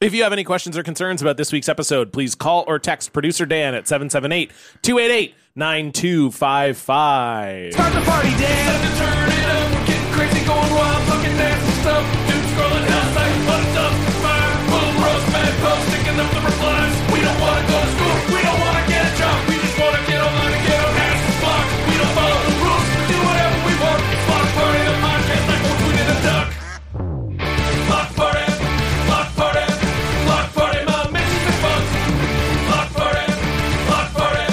If you have any questions or concerns about this week's episode, please call or text producer Dan at 778 288 9255. Start the party, Time Dan. to turn it up. We're getting crazy, going wild, fucking nasty stuff. Dudes scrolling hell like fucked up. Fire, bull, roast, mad post, sticking up the replies. We don't wanna go to school. We don't wanna get a job. We just wanna get online and get our asses blocked. We don't follow the rules. We do whatever we want. It's block party, the podcast like we're tweeting a duck. Block party, block party, block party. My mission's in fun. Block party, block party,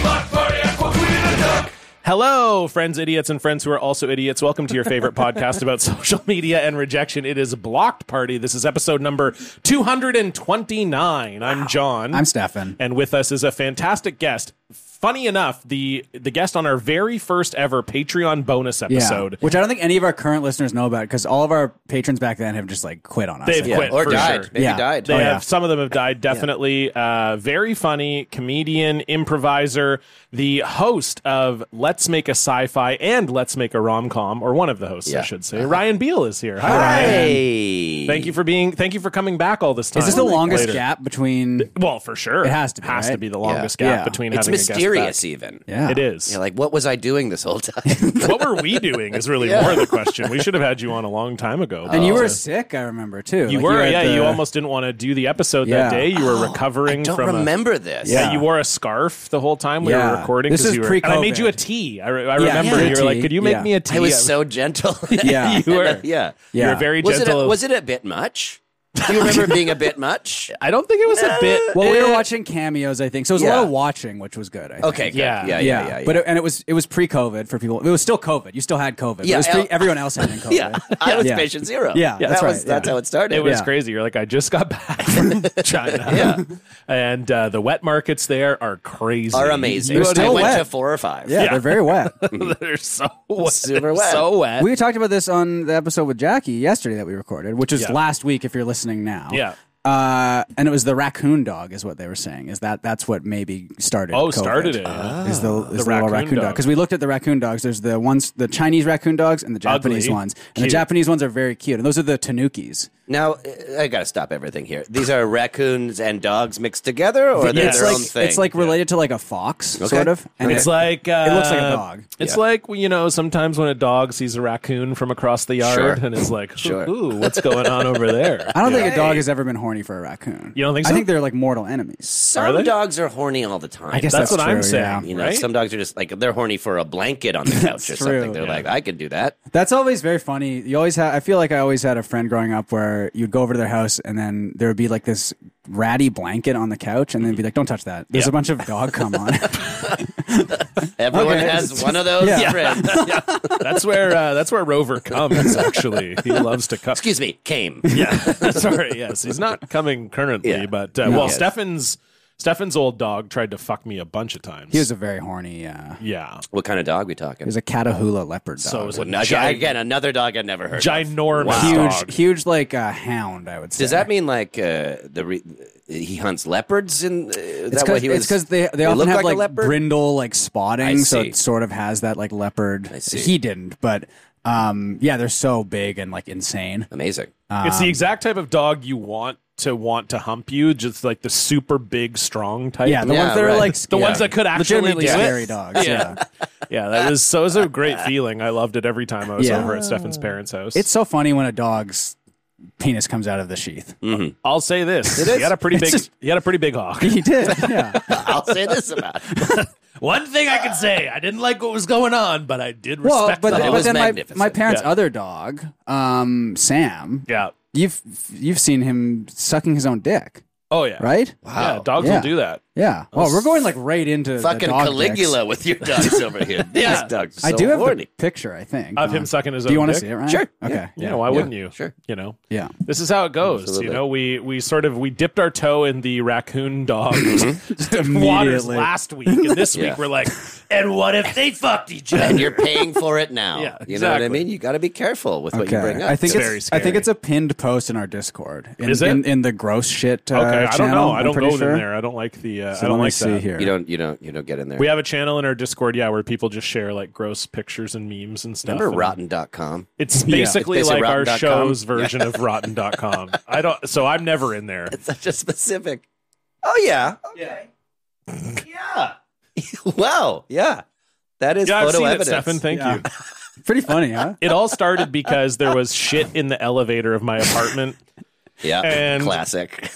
block party. I quote tweeting a duck. Hello, friends, idiots, and friends who are also idiots. Welcome to your favorite podcast about social media and rejection. It is Blocked Party. This is episode number 229. I'm John. I'm Stefan. And with us is a fantastic guest. Funny enough, the the guest on our very first ever Patreon bonus episode. Which I don't think any of our current listeners know about because all of our patrons back then have just like quit on us. They've Yeah. quit or for died. sure. Maybe Yeah. died. They Oh, have yeah. some of them have died. Definitely, uh, very funny comedian, improviser, the host of Let's Make a Sci-Fi and Let's Make a Rom Com, or one of the hosts, I Yeah. should say. Uh-huh. Ryan Beal is here. Hi, Ryan. Hey. Thank you for being. Thank you for coming back all this time. Is this the longest Later. gap between? Well, for sure, It has to be, has to right? be the longest Yeah. gap Yeah. between It's having a guest back. mysterious, even. Yeah, It is. You're like, what was I doing this whole time? what were we doing is really more the question. We should have had you on a long time ago. And you but- were sick, I remember too. uh, you Like, were at yeah. the- You almost didn't want to do the episode Yeah. that day. You were recovering I don't from. a- remember this. Yeah, Yeah. you wore a scarf the whole time we were Yeah. recording. This 'cause is you were, And I made pre-COVID. you a tea. I, re- I Yeah, remember yeah. you were like, Tea. "Could you make Yeah. me a tea?" I was so gentle. Yeah. you were. yeah. Yeah. you were very Was it, gentle. a, was it a bit much? Do you remember it being a bit much? I don't think it was a bit. Well, we eh, were watching cameos, I think. So it was a Yeah. lot of watching, which was good. I think. Okay. Good. Yeah. Yeah. Yeah. Yeah, Yeah. yeah, but it, and it was it was pre-COVID for people. It was still COVID. You still had COVID. but Yeah, it was pre- I- everyone else had COVID. yeah. I was Yeah. patient zero. Yeah, that's that right, was that's yeah. how it started. It was Yeah. crazy. You're like, I just got back from China. Yeah. And uh, the wet markets there are crazy. are amazing. You They're know, I still went wet. to four or five. Yeah, they're very wet. They're so wet. Super wet. So wet. we talked about this on the episode with Jackie yesterday that we recorded, which is Yeah. last week if you're listening now. Yeah. Uh, and it was the raccoon dog, is what they were saying. Is that that's what maybe started? Oh, COVID, started it. Ah. Is the, is the, little raccoon raccoon dog. dog? Because we looked at the raccoon dogs. There's the ones, the Chinese raccoon dogs, and the Japanese Ugly. ones. And Cute. the Japanese ones are very cute, and those are the tanukis. Now uh, I got to stop everything here. These are raccoons and dogs mixed together, or they're it's their like own thing. it's like related to like a fox, sort of. And It's like uh, it looks like a dog. It's Yeah. like you know sometimes when a dog sees a raccoon from across the yard Sure. and is like, Sure. "Ooh, what's going on over there?" I don't think a dog has ever been horny for a raccoon. You don't think I so? think they're like mortal enemies. Are some they? dogs are horny all the time. I guess That's, that's what I'm true, yeah. saying. you know, right? some dogs are just like they're horny for a blanket on the couch or something. true. They're Yeah. like, I could do that. That's always very funny. You always have. I feel like I always had a friend growing up where you'd go over to their house and then there would be like this ratty blanket on the couch, and then be like, "Don't touch that." There's Yeah. a bunch of dog cum on it. Everyone Okay. has one of those Yeah. friends. Yeah. that's where uh, that's where Rover comes. Actually, he loves to come. Excuse me, came. Yeah, sorry. Yes, he's not coming currently, Yeah. but uh, well, Stefan's Stefan's old dog tried to fuck me a bunch of times. He was a very horny. Uh, he yeah. What kind of dog we talking? was a Catahoula leopard dog. So it was a Well, Oh, no, gi- again, another dog I've never heard. of. ginormous huge, dog. huge like a hound. I would say. Does that mean like uh, the re- he hunts leopards? In uh, It's that way because he was. they they often look have like a like, leopard? brindle like spotting, so see. it sort of has that like leopard. see. He didn't, but um, yeah, they're so big and like insane. Amazing. It's the exact type of dog you want to want to hump you, just like the super big, strong type. Yeah, the Yeah, ones that right. are like The ones that could actually legitimately do it. scary dogs. Yeah. yeah. Yeah, that was so. It was a great feeling. I loved it every time I was Yeah. over at Stefan's parents' house. It's so funny when a dog's penis comes out of the sheath. Mm. I'll say this: he had a pretty big, he had a pretty big hawk. He did. Yeah. I'll say this about. It. One thing I can say: I didn't like what was going on, but I did respect. the well, but, but hawk. was then my, magnificent. my parents' Yeah. other dog, um, Sam. yeah. You've you've seen him sucking his own dick, Oh yeah. right? Yeah, dogs Yeah. will do that. Yeah. Well, we're going like right into the fucking dog Caligula dicks. with your dogs over here. These Yeah. dogs are so I do have horny. the picture, I think, Of Uh, him sucking his Do you own want to dick? see it, Ryan? Sure. Okay. Yeah, why wouldn't you? sure. You know. Yeah. This is how it goes. You Absolutely. know, we we sort of we dipped our toe in the raccoon dog waters Mhm. immediately. last week, and this Yeah. week we're like, and what if they fucked each other? and you're paying for it now. Yeah, you know what exactly. I mean. You got to be careful with what you Okay. bring up. I It's think it's, very I think scary. it's a pinned post in our Discord. In, Is it? in, in the gross shit? Uh, okay, I don't channel, know. I I'm don't pretty go in sure. there. I don't like the. Uh, Yeah, So I don't let me like see that. here. You don't. You don't. You don't get in there. We have a channel in our Discord, yeah, where people just share like gross pictures and memes and stuff. Remember and Rotten.com? It's basically It's like basically our rotten.com. show's version of rotten.com. I don't so I'm never in there. It's such a specific. Oh yeah. Okay. Yeah. wow. Yeah. That is Yeah, I've photo seen evidence. it, Stefan. Thank Yeah. you. Pretty funny, huh? It all started because there was shit in the elevator of my apartment. Yeah. And- Classic.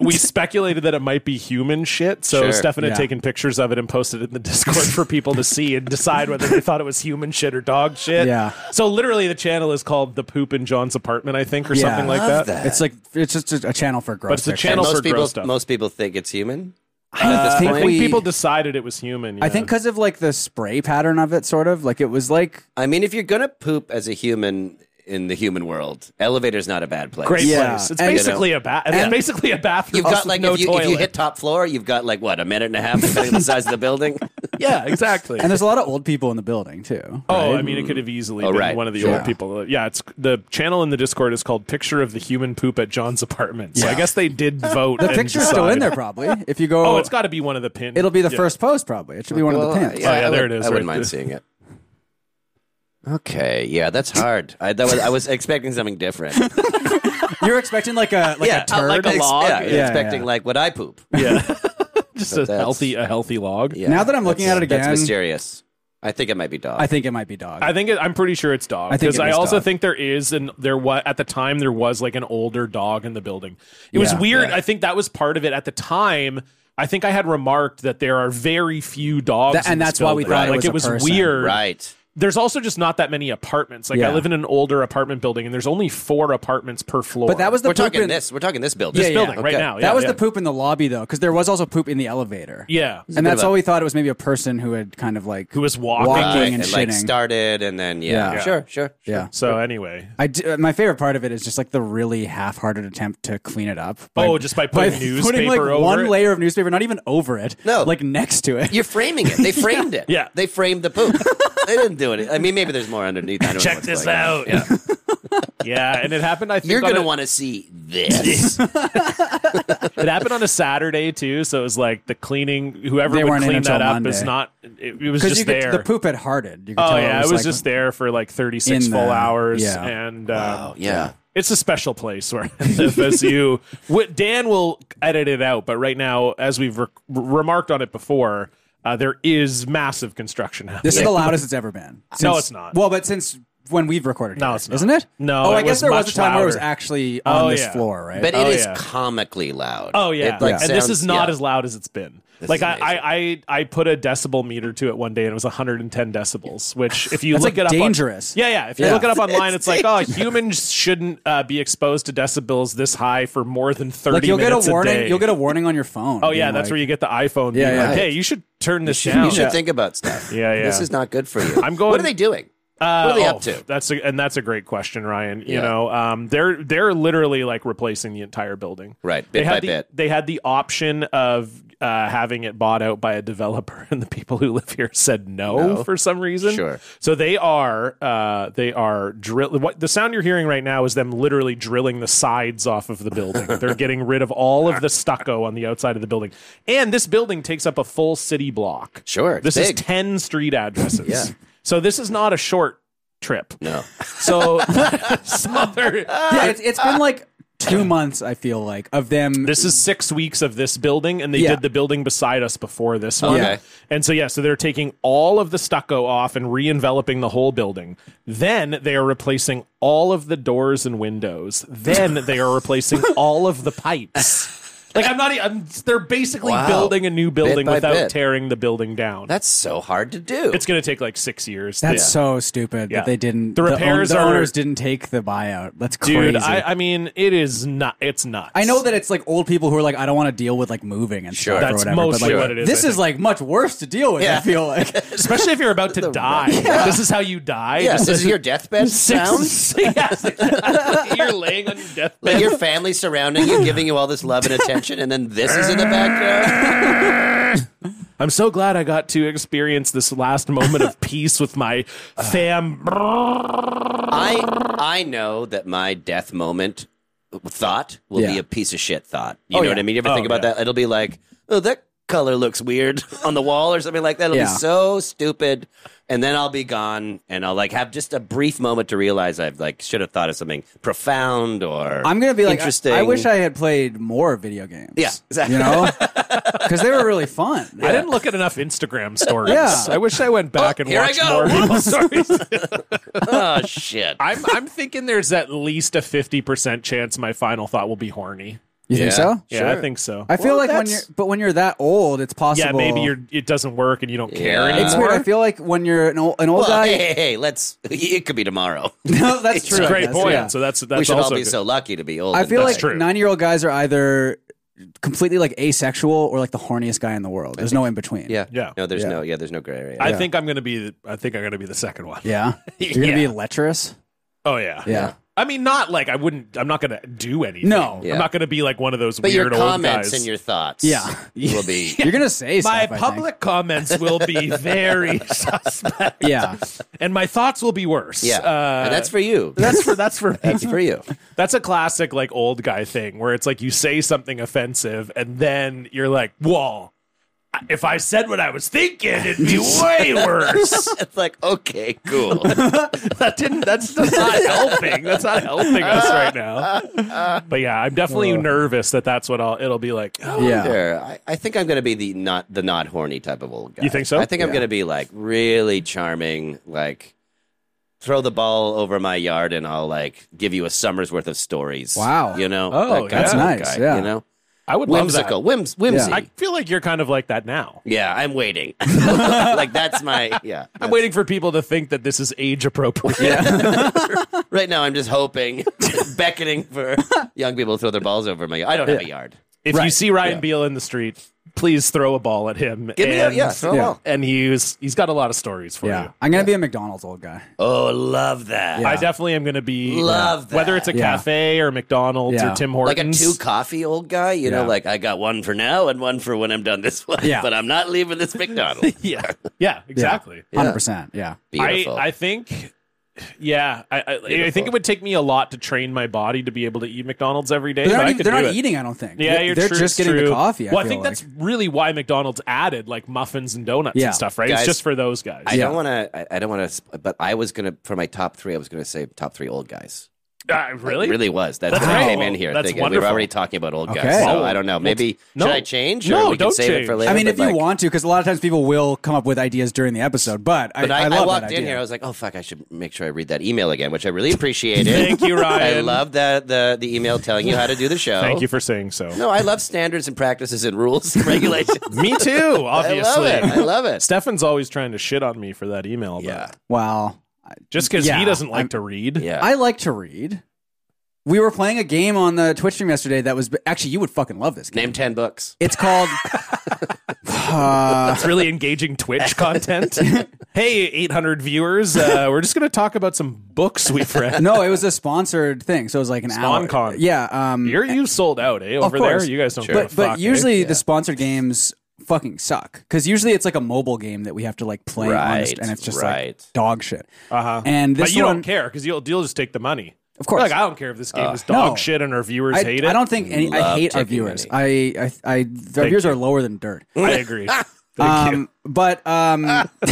We speculated that it might be human shit, so Sure. Stefan had Yeah. taken pictures of it and posted it in the Discord for people to see and decide whether they thought it was human shit or dog shit. Yeah. So literally, the channel is called "The Poop in John's Apartment," I think, or Yeah. something like Love that. It's like it's just a, a channel for gross. But it's a pictures. channel- most for gross people. stuff. Most people think it's human. I I think think point- people decided it was human. I yeah. think because of like the spray pattern of it, sort of like it was like I mean, if you're gonna poop as a human in the human world, elevator's not a bad place. great Yeah. place. It's And- basically a bath. It's and- basically a bathroom. You've got with like no if, you, toilet. if you hit top floor, you've got like what a minute and a half depending on the size of the building. yeah, exactly. and there's a lot of old people in the building too. Oh, right? I mean, it could have easily Oh, been right. one of the Sure. old people. Yeah, it's the channel in the Discord is called "Picture of the Human Poop at John's Apartment." So I Yeah. guess they did vote. the and picture's still in decide. there probably. If you go, Oh, it's got to be one of the pin. it'll be the yeah. first post probably. It should be one of the Well, pins. Oh, yeah, I there would- it is, I wouldn't right mind there. seeing it. Okay, yeah, that's hard. I, that was, I was expecting something different. You're expecting like a like yeah, a turd. like a log. Yeah, you're Yeah, expecting yeah. like what I poop. Yeah, just a that's- healthy a healthy log. Yeah, Now that I'm looking that's- at it again- that's mysterious. I think it might be dog. I think it might be dog. I think it, I'm pretty sure it's dog I think because it I, is also dog. think there is and there was at the time there was like an older dog in the building. It was Yeah, weird. I think that was part of it at the time. I think I had remarked that there are very few dogs, That- and in this that's why we building. thought it like was it a was person. weird. right. There's also just not that many apartments. Like Yeah. I live in an older apartment building, and there's only four apartments per floor. but that was the We're poop talking in, this. We're talking this building. this yeah, building right Okay. now. Yeah, that was yeah. the poop in the lobby though, because there was also poop in the elevator. Yeah, and bit that's of a- all we thought it was maybe a person who had kind of like Who was walking. Right, and it like shitting. started and then Yeah. yeah, sure, sure, sure. yeah. So anyway, I d- uh, my favorite part of it is just like the really half-hearted attempt to clean it up. by- Oh, just by putting newspaper putting like over one it? layer of newspaper, not even over it. No. like next to it. You're framing it. They framed it. Yeah. they framed the poop. they didn't do it. I mean, maybe there's more underneath. I don't know check what's this going on. out. Yeah. Yeah. and it happened. I think You're on gonna a- want to see this. It happened on a Saturday too, so it was like the cleaning. Whoever They would weren't in clean that until up Monday. is not. It, it was because just you could, there. the poop had hardened. You could oh tell yeah, it was, like- just there for like thirty six In full the- hours, yeah. and um, Wow, Oh, yeah. it's a special place where FSU. what Dan will edit it out, but right now, as we've re- remarked on it before, uh, there is massive construction happening. This is the loudest it's ever been. Since- it's not. Well, but since when we've recorded, No, here, it's not. isn't it? No, Oh, it I guess was there was much a time where it was louder. actually on Oh, this yeah. floor, right? But it is Oh, yeah. comically loud. Oh yeah, It, like, and this sounds- is not yeah. as loud as it's been. This like is I, amazing. I, I, I put a decibel meter to it one day, and it was 110 decibels. Which, if you That's, look like, it up, on- dangerous. yeah, yeah. If you Yeah. look it up online, it's, like, oh, humans shouldn't uh, be exposed to decibels this high for more than 30 like you'll get a minutes warning. day. You'll get a warning on your phone. oh yeah, that's where you get the iPhone. Yeah, being yeah. like, hey, you should turn this You should, down. you should think about stuff. Yeah, yeah. This is not good for you. I'm going- What are they doing? Uh, what are they oh, up to? That's a, and that's a great question, Ryan. You Yeah. know, um, they're they're literally like replacing the entire building. Right, They bit had by the, bit. They had the option of uh, having it bought out by a developer, and the people who live here said no, No. for some reason. Sure. So they are uh, they are drill. What the sound you're hearing right now is them literally drilling the sides off of the building. they're getting rid of all of the stucco on the outside of the building, and this building takes up a full city block. Sure, it's This big. is ten street addresses. Yeah. So this is not a short trip. No. So, so there- Yeah, it's, it's been like two months. I feel like of them. this is six weeks of this building, and they Yeah. did the building beside us before this one. Okay. And so, yeah, so they're taking all of the stucco off and re enveloping the whole building. Then they are replacing all of the doors and windows. Then they are replacing all of the pipes. Like I'm not. e- I'm, they're basically Wow. building a new building by without bit. tearing the building down. That's so hard to do. it's going to take like six years. That's Yeah. so stupid Yeah. that they didn't. The own- repairs the are- owners didn't take the buyout. That's crazy. dude. I, I mean, it is not. It's nuts. I know that it's like old people who are like, I don't want to deal with like moving and Sure. stuff That's or whatever. mostly but like, what it is, This I is like much worse to deal with. Yeah. I feel like especially if you're about to die. This is how you die. yeah, This this is your deathbed sound? yes, you're laying on your deathbed. Like your family surrounding you, giving you all this love and attention, and then this is in the background. I'm so glad I got to experience this last moment of peace with my fam. I I know that my death moment thought will Yeah. be a piece of shit thought. You Oh, know what yeah. I mean? You ever Oh, think about yeah. that? It'll be like, oh, that color looks weird on the wall or something like that. It'll Yeah. be so stupid. And then I'll be gone and I'll like have just a brief moment to realize I've like should have thought of something profound or I'm gonna be like, interesting. I, I wish I had played more video games. Yeah, exactly. You know, because they were really fun. I didn't look at enough Instagram stories. Yeah. Oh, I wish I went back and here I watched go. more people's stories. oh shit. I'm I'm thinking there's at least a fifty percent chance my final thought will be horny. You think Yeah. so? Yeah, I Sure. think so. I feel Well, like when you're, that's- but when you're that old, it's yeah, possible. maybe you're it doesn't work and you don't care Yeah. anymore. It's weird. I feel like when you're an old, an old Well, guy. hey, hey, hey, let's. It could be tomorrow. no, that's It's true. a I great guess, point. yeah. So that's we that's should all also be good. so lucky to be old. I and feel die. like true. nine year old guys are either completely like asexual or like the horniest guy in the world. There's no in between. yeah, Yeah. No, there's Yeah. no, yeah, there's no gray area. I think I'm gonna be the- I think I'm gonna be the second one. Yeah. You're gonna Yeah. be lecherous. Oh yeah. Yeah. I mean not like I wouldn't I'm not gonna do anything. No. Yeah. I'm not gonna be like one of those but your weird old comments guys. and your thoughts, Yeah. will be. You're gonna say stuff. I my think. public comments will be very suspect, Yeah. and my thoughts will be worse. Yeah, uh, and that's for you. that's for that's for me. That's for you. That's a classic like old guy thing where it's like you say something offensive and then you're like, "Whoa, if I said what I was thinking, it'd be way worse." It's like okay, cool. that didn't. That's, that's not helping. That's not helping us right now. But yeah, I'm definitely nervous that that's what I'll. It'll be like. Oh, Yeah. There. I, I think I'm going to be the not the not horny type of old guy. You think so? I think I'm going to be like really charming, like throw the ball over my yard and I'll like give you a summer's worth of stories. Wow. you know, Oh, That kind that's of old nice, guy, yeah. you know, I would whimsical, love whims, whimsy. that. I feel like you're kind of like that now. Yeah, I'm waiting. like that's my yeah. I'm waiting for people to think that this is age appropriate. Right now, I'm just hoping, beckoning for young people to throw their balls over my. I don't have a yard. If you see Ryan Beal in the street, please throw a ball at him. Give me and, a yeah, throw a yeah. ball. and he's he's got a lot of stories for Yeah. you. I'm gonna be a McDonald's old guy. Oh, love that. I definitely am going to be Love that. whether it's a Yeah. cafe or McDonald's Yeah. or Tim like Hortons. a two coffee old guy, you know, Yeah. like I got one for now and one for when I'm done this one. Yeah. But I'm not leaving this McDonald's. yeah, yeah, exactly. Hundred percent. Yeah. I, Beautiful. I think, yeah, I, I, I think Beautiful. it would take me a lot to train my body to be able to eat McDonald's every day. They're but not, I even, could they're do not it. eating. I don't think. Yeah, They're- you're they're true, just it's getting true. the coffee. I well, I feel think like. that's really why McDonald's added like muffins and donuts Yeah. and stuff, right? Guys, it's just for those guys. I Yeah. don't want to, I, I don't want to, but I was going to, for my top three, I was going to say top three old guys. Uh, really? It really was. That's, That's what I great. came in here That's thinking. We wonderful. were already talking about old guys. Okay. So Well, I don't know. Maybe, no. should I change? No, or we can don't save it for change. later. I mean, but if you like- want to, because a lot of times people will come up with ideas during the episode. But, But I, I, I, love walked that in idea. here. I was like, "Oh fuck! I should make sure I read that email again," which I really appreciated. Thank you, Ryan. I love that the the email telling you how to do the show. Thank you for saying so. No, I love standards and practices and rules and regulations. Me too, I obviously. love it. I love it. Stefan's always trying to shit on me for that email. But Yeah, wow. I- Just because Yeah, he doesn't like I'm- to read. yeah. I like to read. We were playing a game on the Twitch stream yesterday that was actually you would fucking love this game. Name ten books. It's called. Uh, It's really engaging Twitch content. hey, 800 viewers, uh, we're just going to talk about some books we've read. no, it was a sponsored thing, so it was like an hour. SpawnCon. Yeah. Um, You're you sold out, eh? Over there, course. you guys don't. Sure. give a but but fuck, eh? usually the sponsored games fucking suck because usually it's like a mobile game that we have to like play on this- Right, and it's just right. like dog shit. Uh-huh. And this but you one, don't care because you'll you'll just take the money. Of course. Uh, Like I don't care if this game is dog no. shit and our viewers I, hate it. I don't think any. I Love hate our taking viewers. I, I, I, our viewers are lower than dirt. I agree. Thank you. Um, but um,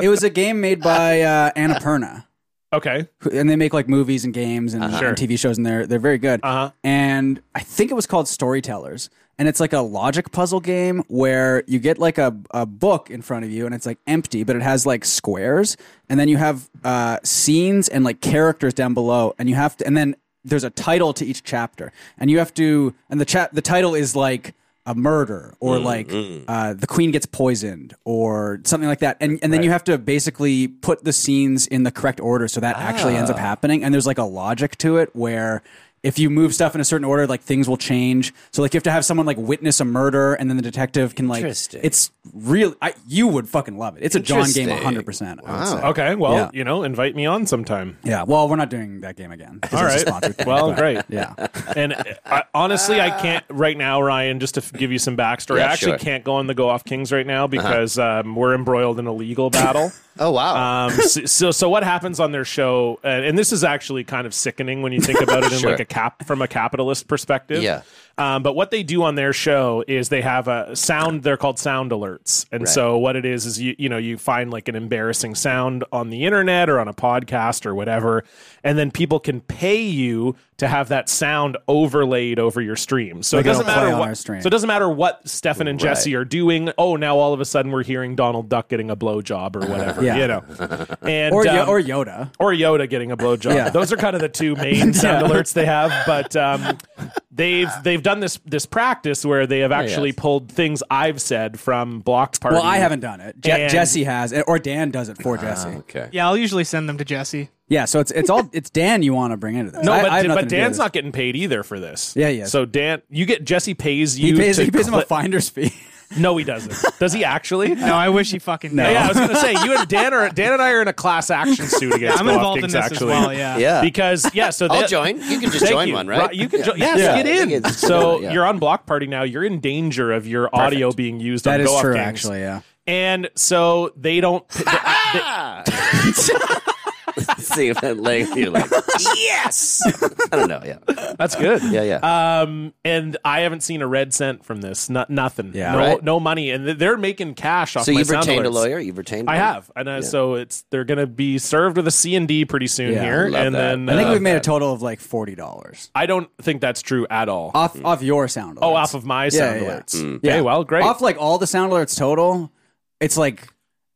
it was a game made by uh, Annapurna, Okay. who- and they make like movies and games and, Uh-huh. Sure. and TV shows, and they're they're very good. Uh-huh. And I think it was called Storytellers, and it's like a logic puzzle game where you get like a a book in front of you, and it's like empty, but it has like squares, and then you have uh, scenes and like characters down below, and you have to, and then there's a title to each chapter, and you have to, and the chat the title is like a murder or Mm-hmm. like uh, the queen gets poisoned or something like that and and then you have to basically put the scenes in the correct order so that actually ends Ah. up happening and there's like a logic to it where if you move stuff in a certain order like things will change so like you have to have someone like witness a murder and then the detective can like Interesting. it's real I, you would fucking love it it's a john game Interesting. 100% I would say. Okay. Well, Yeah. you know, invite me on sometime. yeah well we're not doing that game again All right. Well, great. yeah And I, honestly, I can't right now, Ryan. Just to f- give you some backstory, Yeah, I actually sure. can't go on the go off Kings right Uh-huh. now because um, we're embroiled in a legal battle. Oh wow. Um, so, so, so what happens on their show? And, and this is actually kind of sickening when you think about it in Sure. like a cap from a capitalist perspective. Yeah. Um, but what they do on their show is they have a sound. They're called sound alerts, and Right. so what it is is you you know you find like an embarrassing sound on the internet or on a podcast or whatever, and then people can pay you to have that sound overlaid over your stream. So it Like it'll doesn't matter play on what. our stream. So it doesn't matter what Stefan and Right. Jesse are doing. Oh, now all of a sudden we're hearing Donald Duck getting a blowjob or whatever. Yeah. You know, and or Yo- um, or Yoda. or Yoda getting a blowjob. Yeah. Those are kind of the two main sound alerts they have. But um, they've they've done this this practice where they have actually pulled things I've said from block party. Oh, Well, I haven't done it. Je- And- Jesse has, or Dan does it for Jesse. Okay. Yeah, I'll usually send them to Jesse. Yeah, so it's it's all it's Dan you want to bring into this. No, I- but, I have nothing but to do Dan's with not getting paid either for this. Yeah, he is. So Dan, you get Jesse pays this. you. He pays, to he pays him cli- a finder's fee. No, he doesn't. Does he actually? No, I wish he fucking no. Oh, Yeah, I was gonna say you and Dan are Dan and I are in a class action suit against. I'm involved in DraftKings, this actually. as well. Yeah. Yeah. Because yeah, so I'll that- join. You can just Thank join you. one, right? Ro- You can Yeah. join. Yes, Yeah. get I think in. it's- So yeah. you're on block party now. You're in danger of your audio being used That on is go-off true, games. actually, yeah. And so they don't. Ah! See, that leg, you're like, yes. I don't know. Yeah. that's good. Yeah. Yeah. Um, and I haven't seen a red cent from this. Not nothing. Yeah. no, Right. no money, and th- they're making cash off. so my you've sound retained a alerts. lawyer. You've retained. I one? have, and uh, so it's they're going to be served with a C and D pretty soon Yeah, here, love and that. then I think uh, we've made a total of like forty dollars I don't think that's true at all. off off your sound. Alerts. Hmm. oh, off of my sound yeah. alerts. Hmm. Okay, well, great. Off like all the sound alerts total, it's like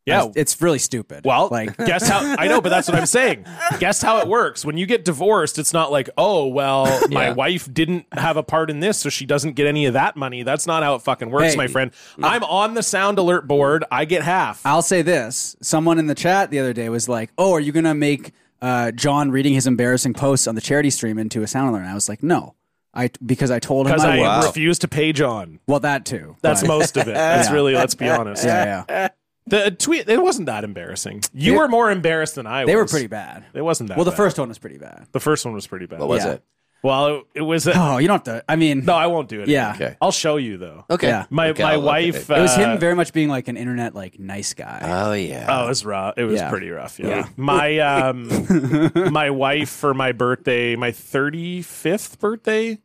yeah, it's really stupid. Well, like guess how I know, but that's what I'm saying. Guess how it works. When you get divorced, it's not like, oh, well, my Yeah. wife didn't have a part in this, so she doesn't get any of that money. That's not how it fucking works, Hey. my friend. Mm. I'm on the sound alert board. I get half. I'll say this: someone in the chat the other day was like, "Oh, are you gonna make uh, John reading his embarrassing posts on the charity stream into a sound alert?" And I was like, "No." I, because I told him Because I I would. Wow. refuse to pay John. Well, that too. That's but- most of it. That's really, let's be honest. yeah, yeah. The tweet, it wasn't that embarrassing. You They- were more embarrassed than I was. They were pretty bad. It wasn't that Well, the bad. first one was pretty bad. The first one was pretty bad. What was Yeah. it? Well, it, it was. A, Oh, you don't have to. I mean, no, I won't do it. Yeah. again. Okay. I'll show you, though. Okay. Yeah. My, Okay, my I'll look at wife. it. it was uh, him very much being like an internet like nice guy. Oh yeah. Oh, it was rough. It was Yeah. pretty rough. Yeah. Yeah. My um, my wife for my birthday, my thirty fifth birthday,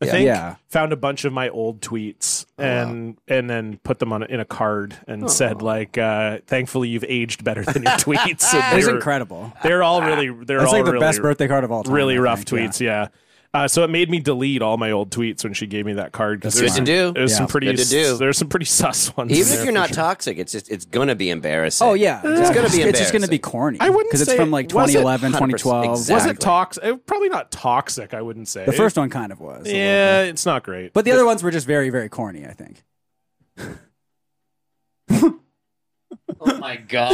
I think, Yeah. Oh, found a bunch of my old tweets and and then put them on a, in a card and said like, uh, "Thankfully, you've aged better than your tweets." And it was they were- incredible. They're all really. They're That's all like the really, best birthday card of all time. Really I rough think, yeah. tweets. Yeah. Uh, so it made me delete all my old tweets when she gave me that card because That's there's good to do. There's Yeah. some pretty Good to do. there's some pretty sus ones. in Even there if you're for not sure. toxic, it's just it's gonna be embarrassing. Oh yeah, it's gonna be. It's just gonna be embarrassing. corny. I wouldn't because it's say- from like was it 2011, 100%? 2012. Exactly. Was it toxic? Probably not toxic. I wouldn't say The first one kind of was. a little bit. Yeah, it's not great. but the other ones were just very, very corny. I think. Oh my god.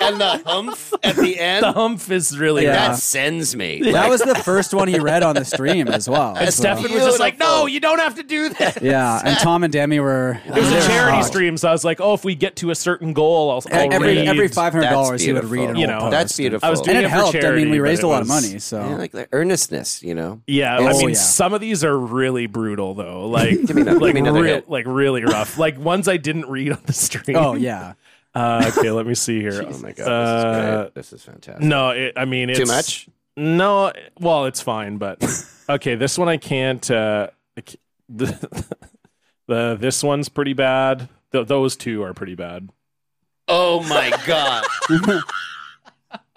and the humph at the end. the humph is really Yeah. bad. That sends me. Like, That was the first one he read on the stream as well. And so- Stefan was just like, Beautiful. "No, you don't have to do that." Yeah, and Tom and Demi were. It was a charity Oh. stream, so I was like, "Oh, if we get to a certain goal, I'll, I'll e-, Every read." every five hundred dollars, That's he would read. An beautiful. You old know, post. that's beautiful. I was And doing it it for helped. I mean, charity, we but raised it a lot was- of money. So Yeah, like the earnestness, you know. Yeah, I Oh, mean, yeah. some of these are really brutal, though. Like, me another- like, give me another real, hit. like really rough. Like ones I didn't read on the stream. oh yeah, Uh, okay, let me see here. Oh my god, this is Uh, great. This is fantastic. no, it, I mean, it's, Too much? No, well, it's fine, but okay. This one I can't. Uh, I ca- the, the this one's pretty bad. Th- those two are pretty bad. Oh my god.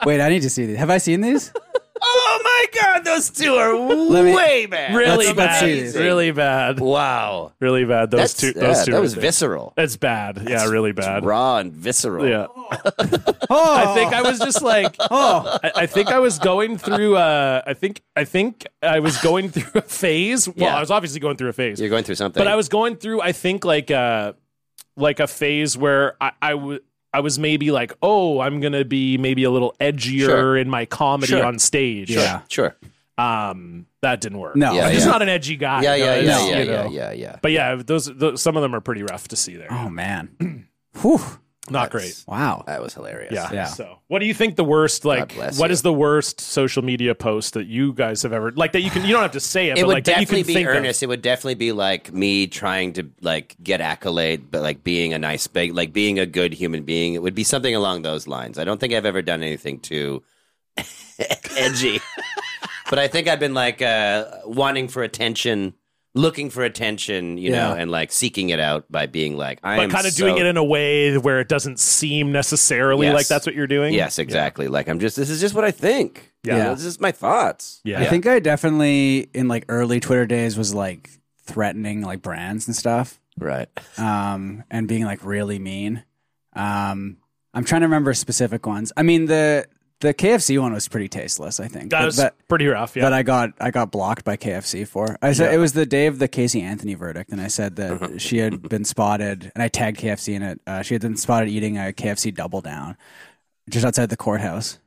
Wait, I need to see these. Have I seen these? oh my god, those two are Let me- way bad. Really Let's- let's bad. see these. really bad. Wow. Really bad. Those That's two. too, Those two. that right was there. visceral. It's bad. yeah, really bad. Raw and visceral. Yeah. Oh, I think I was just like, oh, I, I think I was going through. Uh, I think I think I was going through a phase. Well, Yeah. I was obviously going through a phase. You're going through something. but I was going through, I think, like a like a phase where I, I was. I was maybe like, oh, I'm gonna be maybe a little edgier Sure. in my comedy Sure. on stage. Yeah. sure. Um, that didn't work. No. Yeah, I'm just yeah. not an edgy guy. Yeah, yeah, guys, yeah, No. yeah, you know? yeah, yeah, yeah. But yeah, those, those some of them are pretty rough to see there. Oh man. Whew. not great. Wow. That was hilarious. Yeah. Yeah. So, what do you think the worst like? God bless What you. is the worst social media post that you guys have ever like that you can? You don't have to say it, It but would like that you definitely can be think of? earnest. It would definitely be like me trying to like get accolade, but like being a nice, ba- like being a good human being. It would be something along those lines. I don't think I've ever done anything too edgy, but I think I've been like uh, wanting for attention looking for attention, you know, Yeah. and like seeking it out by being like, I but am kind of so- doing it in a way where it doesn't seem necessarily Yes. like that's what you're doing. Yes, exactly. Like I'm just this is just what I think. Yeah. You know, this is my thoughts. Yeah. I think I definitely in like early Twitter days was like threatening like brands and stuff. Right. um, and being like really mean. Um, I'm trying to remember specific ones. I mean the the KFC one was pretty tasteless. I think that But- was but- pretty rough. Yeah. that I got I got blocked by KFC for. I said it was the day of the Casey Anthony verdict, and I said Uh-huh. that she had been spotted, and I tagged KFC in it. Uh, she had been spotted eating a KFC double down just outside the courthouse,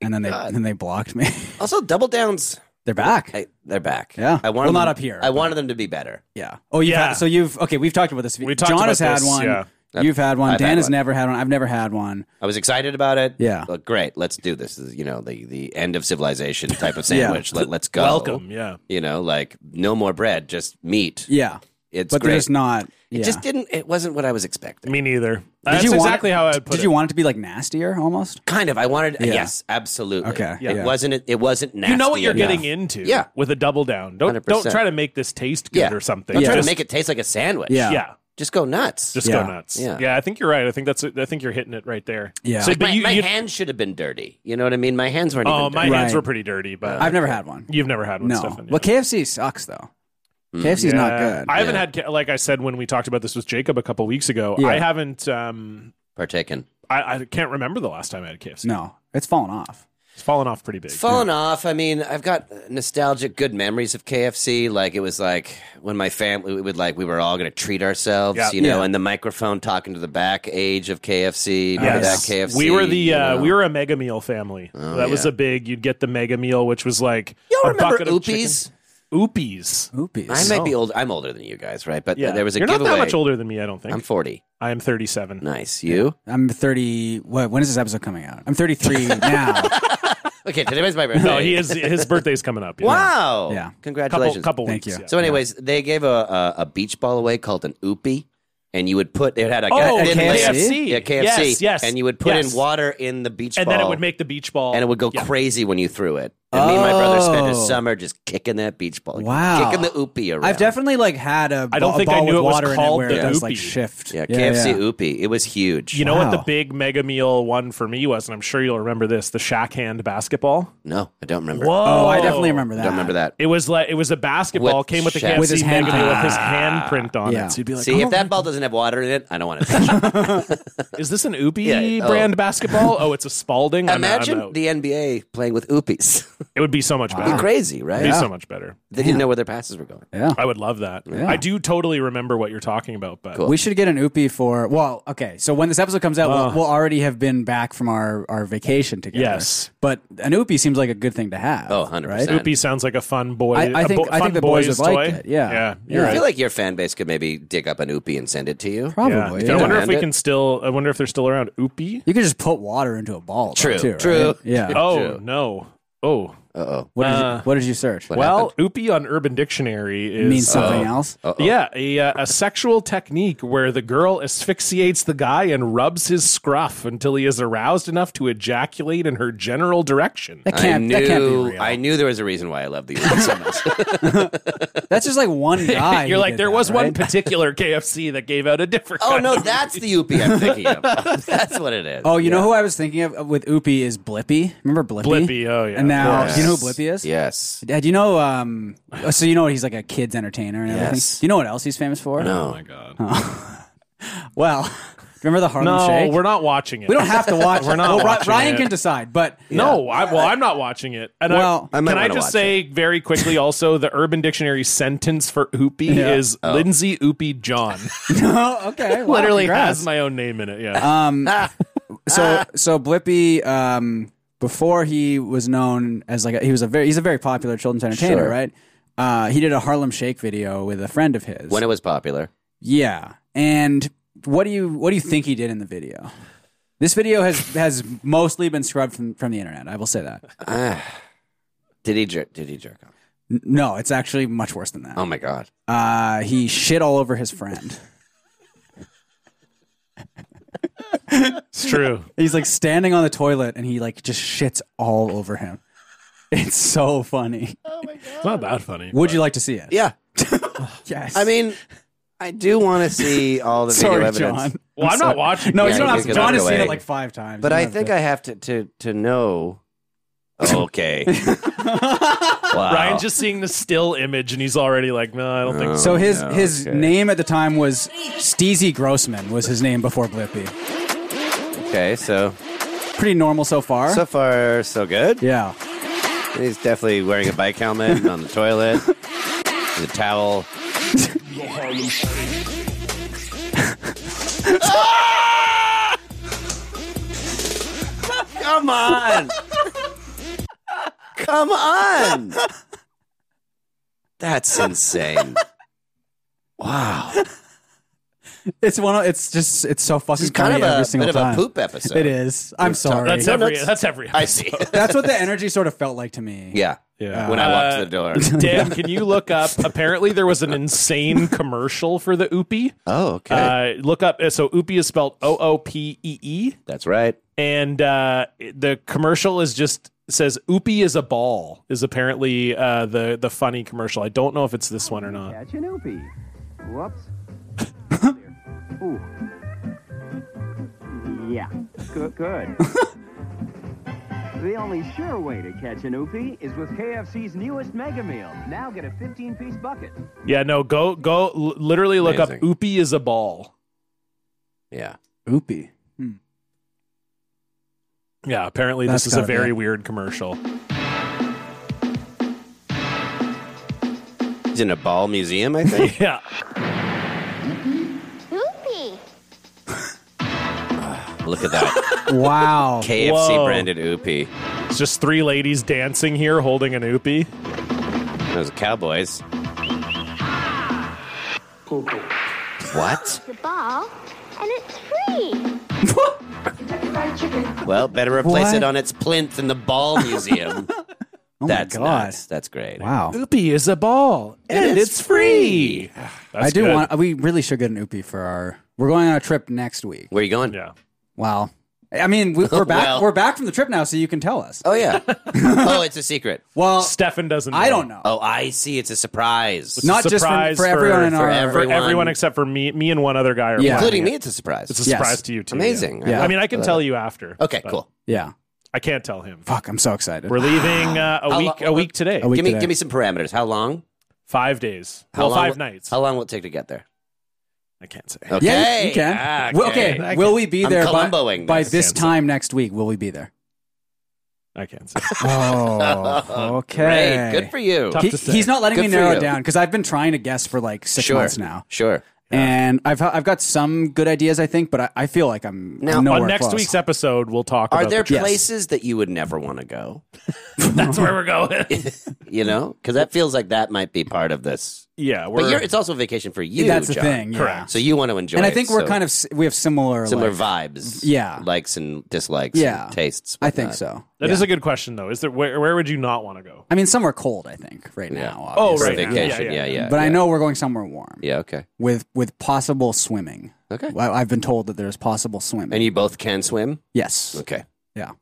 and then they then they blocked me. Also, double downs. They're back. I, they're back. Yeah. I Well, wanted not them- up here, I wanted them to be better. Yeah. Oh, you've Yeah. Had, so you've okay. We've talked about this. We talked John about has had this, one. yeah. You've had one. I've Dan had has one. never had one. I've never had one. I was excited about it. Yeah. Look, great. Let's do this. This is, you know, the the end of civilization type of sandwich. Let, let's go. Welcome. Yeah. You know, like no more bread, just meat. Yeah. It's but great. there's not. It Yeah. just didn't. It wasn't what I was expecting. Me neither. that's want exactly it- how I would put Did it. you want it to be like nastier almost? Kind of. I wanted. Yes, absolutely. Okay, Yeah. It yeah. wasn't. It wasn't. Nastier. you know what you're getting into Yeah. with a double down. Don't don't 100%. try to make this taste good Yeah. or something. I'm Yeah. trying Just- to make it taste like a sandwich. Yeah. yeah. Just go nuts. Just Yeah. go nuts. Yeah. Yeah. I think you're right. I think that's I think you're hitting it right there. Yeah. So, Like but my you, my you- hands should have been dirty. You know what I mean? My hands weren't oh, even my dirty. hands Right. were pretty dirty, but I've never had one. you've never had one, No. Stefan. Well, KFC sucks though. KFC's not Hmm. Yeah. good. I haven't had ca- like I said when we talked about this with Jacob a couple weeks ago. Yeah. I haven't. Um, Partaken. I, I can't remember the last time I had KFC. no, it's fallen off. It's fallen off pretty big. It's fallen off. I mean, I've got nostalgic, good memories of KFC. Like it was like when my family we would like we were all going to treat ourselves, Yeah. you know, Yeah. and the microphone talking to the back age of KFC. Remember Yes. that KFC. we were the you uh, know? Oh, we were a mega meal family. that was yeah. a big. You'd get the mega meal, which was like Y'all a remember bucket of chicken- Oopies? Oopies. Oopies. I might be old. I'm older than you guys, right? But Yeah, there was a You're giveaway. not that much older than me. I don't think. I'm 40. I am 37. Nice. You? I'm 30. What? When is this episode coming out? I'm 33 now. Okay, today's my birthday. No, he is. His birthday's coming up. yeah. Wow. Yeah. Couple Congratulations. couple Thank weeks. you. yeah. So, anyways, they gave a, a a beach ball away called an oopie, and you would put it had a Oh, it didn't at like- KFC? yeah KFC, Yes, yes, and you would put yes. in water in the beach and ball, then it would make the beach ball. and it would go Yeah. crazy when you threw it. And me and my brother spent a Oh. summer just kicking that beach ball, Wow. kicking the oopie around. I've definitely like had a. I don't ba- a think I ball knew with it was water in it called where the it does like Oopie. shift. yeah KFC yeah. oopie. It was huge. You know what the Wow. big mega meal one for me was, and I'm sure you'll remember this: the shack hand basketball. no, I don't remember. Whoa! Oh, I definitely remember that. I don't remember that. It was like it was a basketball With came with the Shaq. KFC With his mega handprint. meal with his handprint on Yeah. it. So you'd be like, See, "Oh, if that ball doesn't have water in it, I don't want to. is this an Oopie Yeah, oh. brand basketball? Oh, it's a Spalding. I'm out, I'm Imagine out. the NBA playing with oopies. it would be so much better. Be crazy, right? It'd be so much better. They didn't know where their passes were going. Yeah. I would love that. Yeah. I do totally remember what you're talking about, but Cool. We should get an oopie for well, okay. So when this episode comes out, Uh. we'll, we'll already have been back from our, our vacation together. Yes. but an oopie seems like a good thing to have. Oh, 100%. right? Oopie sounds like a fun boy. I- I a think- I fun think the boys would like toy. it, yeah. yeah, Yeah. you're I right. feel like your fan base could maybe dig up an oopie and send it to you. Yeah. Probably. I yeah. wonder if we Hand it. can still. I wonder if they're still around. Oopie. You could just put water into a ball. though, True, Too, right? true. Yeah. Oh True. no. Oh. Uh-oh. What did, Uh, you, what did you search? What Well, Oopie on Urban Dictionary is means something uh, else. Uh-oh. Yeah, a, uh, a sexual technique where the girl asphyxiates the guy and rubs his scruff until he is aroused enough to ejaculate in her general direction. That I can't. knew, That can't be real. I knew there was a reason why I love the oopie so much. That's just like one guy. You're who like, did there that, was one right? particular KFC that gave out a different. oh, kind no, of- that's the oopie I'm thinking of. That's what it is. Oh, you know who I was thinking of with Oopie is Blippy. Remember Blippy? Blippy, oh, yeah, And of now, course. do you know who Blippy is? Yes. Dad, you know, um, so you know he's like a kids entertainer and everything. Yes. Do you know what else he's famous for? No. Oh my god. Well, remember the Harlem no, Shake? we're not watching it. We don't have to watch. We're it. not Well, Ri- watching Ryan it. can decide, but No, I, well, I'm not watching it. And Well, I, I might can I wanna just watch say very quickly also the Urban Dictionary sentence for Oopie Yeah. Oh. is Lindsay Oopie John. no, okay. wow, Literally congrats. has my own name in it. Yeah. Um, Uh, so so Blippy, um, before he was known as like a, he was a very he's a very popular children's entertainer, Sure. right? Uh, he did a Harlem Shake video with a friend of his. When it was popular. yeah, and what do you what do you think he did in the video? This video has has mostly been scrubbed from from the internet. I will say that. Did he jerk? Did he jerk off? N- No, it's actually much worse than that. Oh, my God. Uh, he shit all over his friend. it's true. He's like standing on the toilet and he like just shits all over him. It's so funny. It's not that funny. Would you like to see it? Yeah. yes. I mean, I do want to see all the video sorry, evidence. John. Well, I'm not watching. No, Yeah, you don't you have can to. go John has away. seen it like five times. But You I don't think have I have to to to know. Okay. wow. Ryan's just seeing the still image, and he's already like, "No, I don't think to. so." So his Oh, no, his okay. name at the time was Steezy Grossman was his name before Blippi. okay. So Pretty normal so far. so far so good. yeah. He's definitely wearing a bike helmet and on the toilet. The towel. Ah! Come on. Come on. That's insane. Wow. This It's one. Of, it's just. It's so fucking is kind of funny every a single bit time. of a poop episode. It is. I'm sorry. that's That's, every. that's- That's every. I see. what the energy sort of felt like to me. yeah. Yeah. When I walked to the door. Dan, can you look up? Apparently, there was an insane commercial for the Oopie. Oh, okay. Uh, look up. So Oopie is spelled O O P E E, That's right. and uh, the commercial is just says Oopie is a ball is apparently uh, the the funny commercial. I don't know if it's this one or not. Catch an oopie. Whoops. Ooh. Yeah. Good. Good. the only sure way to catch an oopie is with KFC's newest Mega Meal. Now get a 15-piece bucket. Yeah, no, go go. l- Literally look up Amazing. Oopie is a ball. Yeah. Oopie. Yeah, apparently That's this is a gotta be very it. weird commercial. He's in a ball museum, I think. Yeah, Poopy. Look at that. Wow. KFC Whoa. branded oopie. it's just three ladies dancing here holding an Oopie. Those cowboys. What? The ball, and it's free. Well, better replace What? it on its plinth in the ball museum. Oh That's my god. nuts. That's great. Wow. Oopie is a ball and, it's free. I do want. We really should get an oopie for our. We're going on a trip next week. Where are you going? Yeah. Wow. I mean, we, we're back. Well. We're back from the trip now, so you can tell us. Oh yeah. oh, it's a secret. Well, Stefan doesn't. I don't know. Oh, I see. It's a surprise. Not just for, surprise for everyone for- in for our. every- For Everyone- everyone except for me, me and one other guy are planning Yeah. including it. me. It's a surprise. It's a Yes. surprise to you too. Amazing. Yeah. Yeah. I mean, I can tell you after. Okay, but cool. yeah. I can't tell him. Fuck. I'm so excited. We're leaving uh, a How week. lo- a week today. A week give me today. give me some parameters. How long? Five days. How well, long five will- nights. How long will it take to get there? I can't say. Okay. Yeah, you- you can. Ah, Well, okay. okay. Will we be I'm there by, Columboing by this. this Cancel. time next week? Will we be there? I can't say. Oh, Great. Good for you. Tough He- to say. he's not letting Good me for narrow you. it down because I've been trying to guess for like six sure. months now, Sure. and I've I've got some good ideas, I think, but I, I feel like I'm Now, nowhere On next close. week's episode, we'll talk. Are about there the- Yes. places that you would never want to go? That's where we're going. You know, because that feels like that might be part of this. yeah, we're. But you're, it's also a vacation for you. that's the John. thing, yeah. Correct. So you want to enjoy. and I it, think we're so kind of s- we have similar similar like- vibes. Yeah. likes and dislikes. Yeah. and tastes. I think whatnot. so. That is yeah. a good question, though. Is there where, where would you not want to go? I mean, somewhere cold, I think, right now. Oh, obviously. right now. Vacation. Yeah, yeah. Yeah, yeah. But I yeah. know we're going somewhere warm Yeah. Okay. with with possible swimming. Okay. Well, I've been told that there's possible swimming. And you both can swim. yes. Okay. Yeah.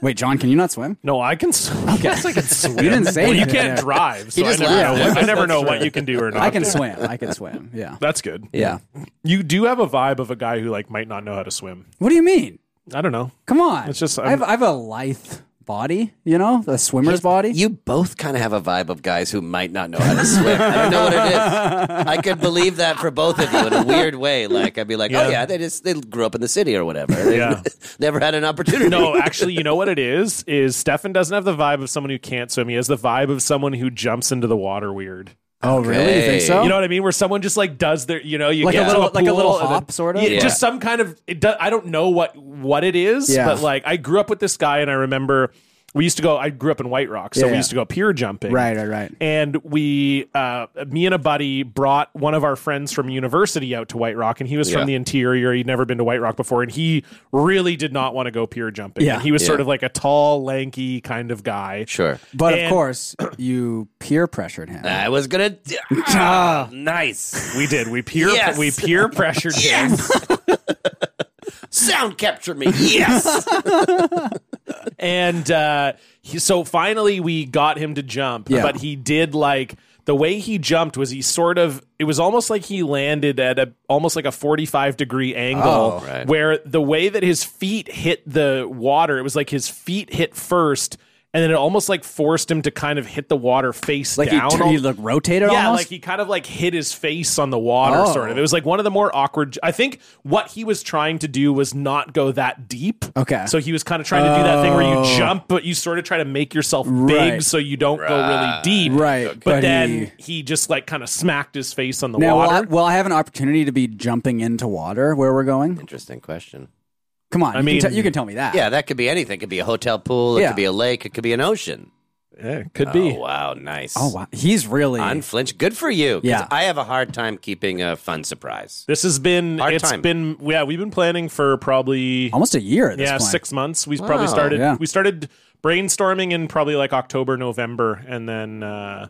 Wait, John, can you not swim? No, I can. s- I guess I can swim. You didn't say Well, you anything can't there. drive, so I just never laughed. know. What, I never know That's what you can do or not. I can swim. I can swim. Yeah. That's good. Yeah. You do have a vibe of a guy who like might not know how to swim. What do you mean? I don't know. Come on. It's just- I have, I have a lithe body, you know, a swimmer's body. You both kind of have a vibe of guys who might not know how to swim. I don't know what it is. I could believe that for both of you in a weird way. Like I'd be like, Yeah. oh yeah, they just they grew up in the city or whatever. They Yeah. never had an opportunity. No, actually, you know what it is? Is Stefan doesn't have the vibe of someone who can't swim. He has the vibe of someone who jumps into the water weird. oh, really? You think Okay. so? You know what I mean? Where someone just like does their, you know, you like get a to little, like a pool little and then- hop, sort of. Yeah, Yeah. just some kind of. It do, I don't know what what it is, Yeah. but like I grew up with this guy, and I remember we used to go. I grew up in White Rock, so Yeah, we yeah. used to go pier jumping. Right, right, right. And we, uh, me and a buddy, brought one of our friends from university out to White Rock, and he was Yeah. from the interior. He'd never been to White Rock before, and he really did not want to go pier jumping. Yeah. And he was sort Yeah. of like a tall, lanky kind of guy. Sure. But of And- course, you peer pressured him. I was gonna. Ah, nice. We did. We peer. Yes. We peer pressured him. Sound capture me. Yes. and uh, he, so finally we got him to jump, Yeah. but he did like the way he jumped was he sort of it was almost like he landed at a almost like a 45 degree angle Oh, right. where the way that his feet hit the water it was like his feet hit first and then it almost like forced him to kind of hit the water face Like down he, tur- al- he like rotated yeah, almost. like he kind of like hit his face on the water, Oh. sort of. It was like one of the more awkward. I think what he was trying to do was not go that deep. Okay. Oh. So he was kind of trying to do that thing where you jump, but you sort of try to make yourself big Right. so you don't go really deep. Right, But, but then he- he just like kind of smacked his face on the now, will I, water. will I have an opportunity to be jumping into water where we're going? Interesting question. Come on, I you, mean- can te- you can tell me that. Yeah, that could be anything. It could be a hotel pool. It Yeah. could be a lake. It could be an ocean. yeah, could be. Oh, wow. Nice. Oh wow, he's really Unflinch. Good for you. 'cause Yeah. I have a hard time keeping a fun surprise. This has been, Hard It's time. been, yeah, we've been planning for probably almost a year at this yeah point. six months we probably Wow. started Yeah. we started brainstorming in probably like october november and then uh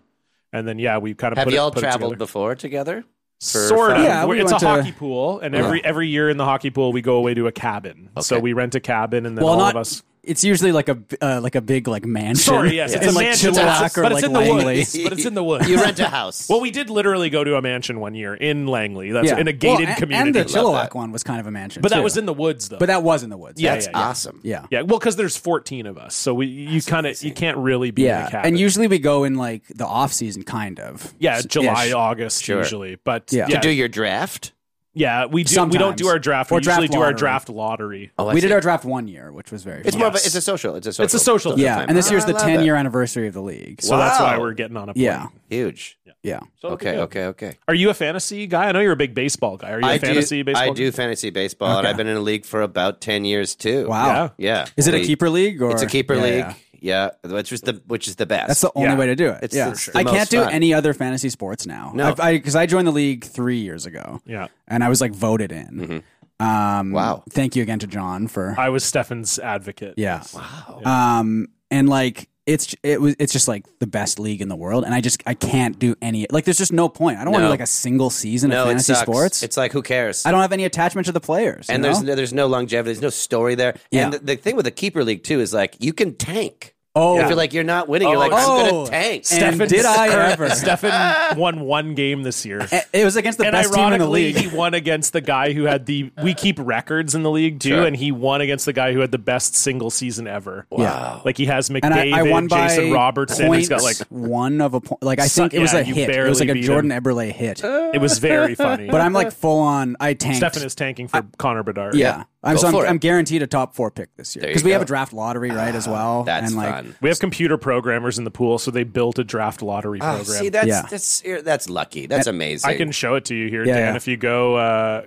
and then yeah we kind of Have put it- y'all put it traveled together. before together? for sort of fun? Yeah, we it's a went to- hockey pool and every every year in the hockey pool we go away to a cabin so Okay. we rent a cabin and then well, all not. of us It's usually like a b- uh, like a big like mansion. sorry yes it's in a like mansion Chilliwack or but like it's in the Langley. woods but it's in the woods You rent a house. well we did literally go to a mansion one year in langley that's in a Well, gated a- community And the Love Chilliwack that. one was kind of a mansion, but that too. was in the woods though But that was in the woods. yeah, right? That's yeah, yeah. awesome. yeah, yeah well because there's 14 of us so we you kind of you can't really be in a cabin and usually we go in like the off season, kind of. Yeah, S- July, ish. August Sure. usually. But yeah, Yeah. yeah, To do your draft? we do. We don't do Sometimes. our draft. We Or draft usually do our lottery. draft lottery. Oh, I we did see. our draft one year, which was very. It's fun. more of a, Yes. it's a social. It's a social. a social social more- yeah, time. and this Oh, year's I the love 10 that. year anniversary of the league. So that's why Wow. we're getting on a plane. yeah, Huge. yeah. So okay, good. okay, okay. Are you a fantasy guy? I know you're a big baseball guy. Are you a I fantasy do, baseball? I guy? do fantasy baseball, and I've been in a league for about ten years too. Wow. Yeah. Yeah. Is it a We- keeper league or It's a keeper Yeah, league. yeah. Yeah. which is the which is the best. That's the only Yeah. way to do it. It's yeah, the- it's the I most can't do fun. any other fantasy sports now. No. because I, joined the league three years ago. Yeah. and I was like voted Mm-hmm. in. Um, Wow. Thank you again to John for I was Stefan's advocate. yeah. wow. Um, and like it's it was it's just like the best league in the world, and I just I can't do any like there's just no point. I don't want to No. do like a single season no, of it fantasy sucks. sports. It's like who cares? I don't have any attachment to the players. and you there's know? no, there's no longevity. There's no story there. Yeah. And the, the thing with the keeper league too is like you can tank. oh If you're like you're not winning, you're like I'm oh, gonna tank. and did I ever? Stefan won one game this year. It was against the and best team in the ironically, league. he won against the guy who had the. We keep records in the league too, Sure. and he won against the guy who had the best single season ever. Wow. Like he has McDavid, and I, I won by Jason Roberts, and he's got like. points one of a point. Like I So- think it was yeah, a you hit. It was like barely a beat Jordan him. Eberle hit. It was very funny. But I'm like full on. I tanked. Stefan is tanking for Connor Bedard. yeah, I'm, Go so I'm, for it. I'm guaranteed a top four pick this year There you because we have go. Ah, a draft lottery right as well. That's and like, fun. We have computer programmers in the pool, so they built a draft lottery Oh, program. see, that's Yeah. that's that's lucky. That's amazing. I can show it to you here, Yeah, Dan. yeah. If you go, uh,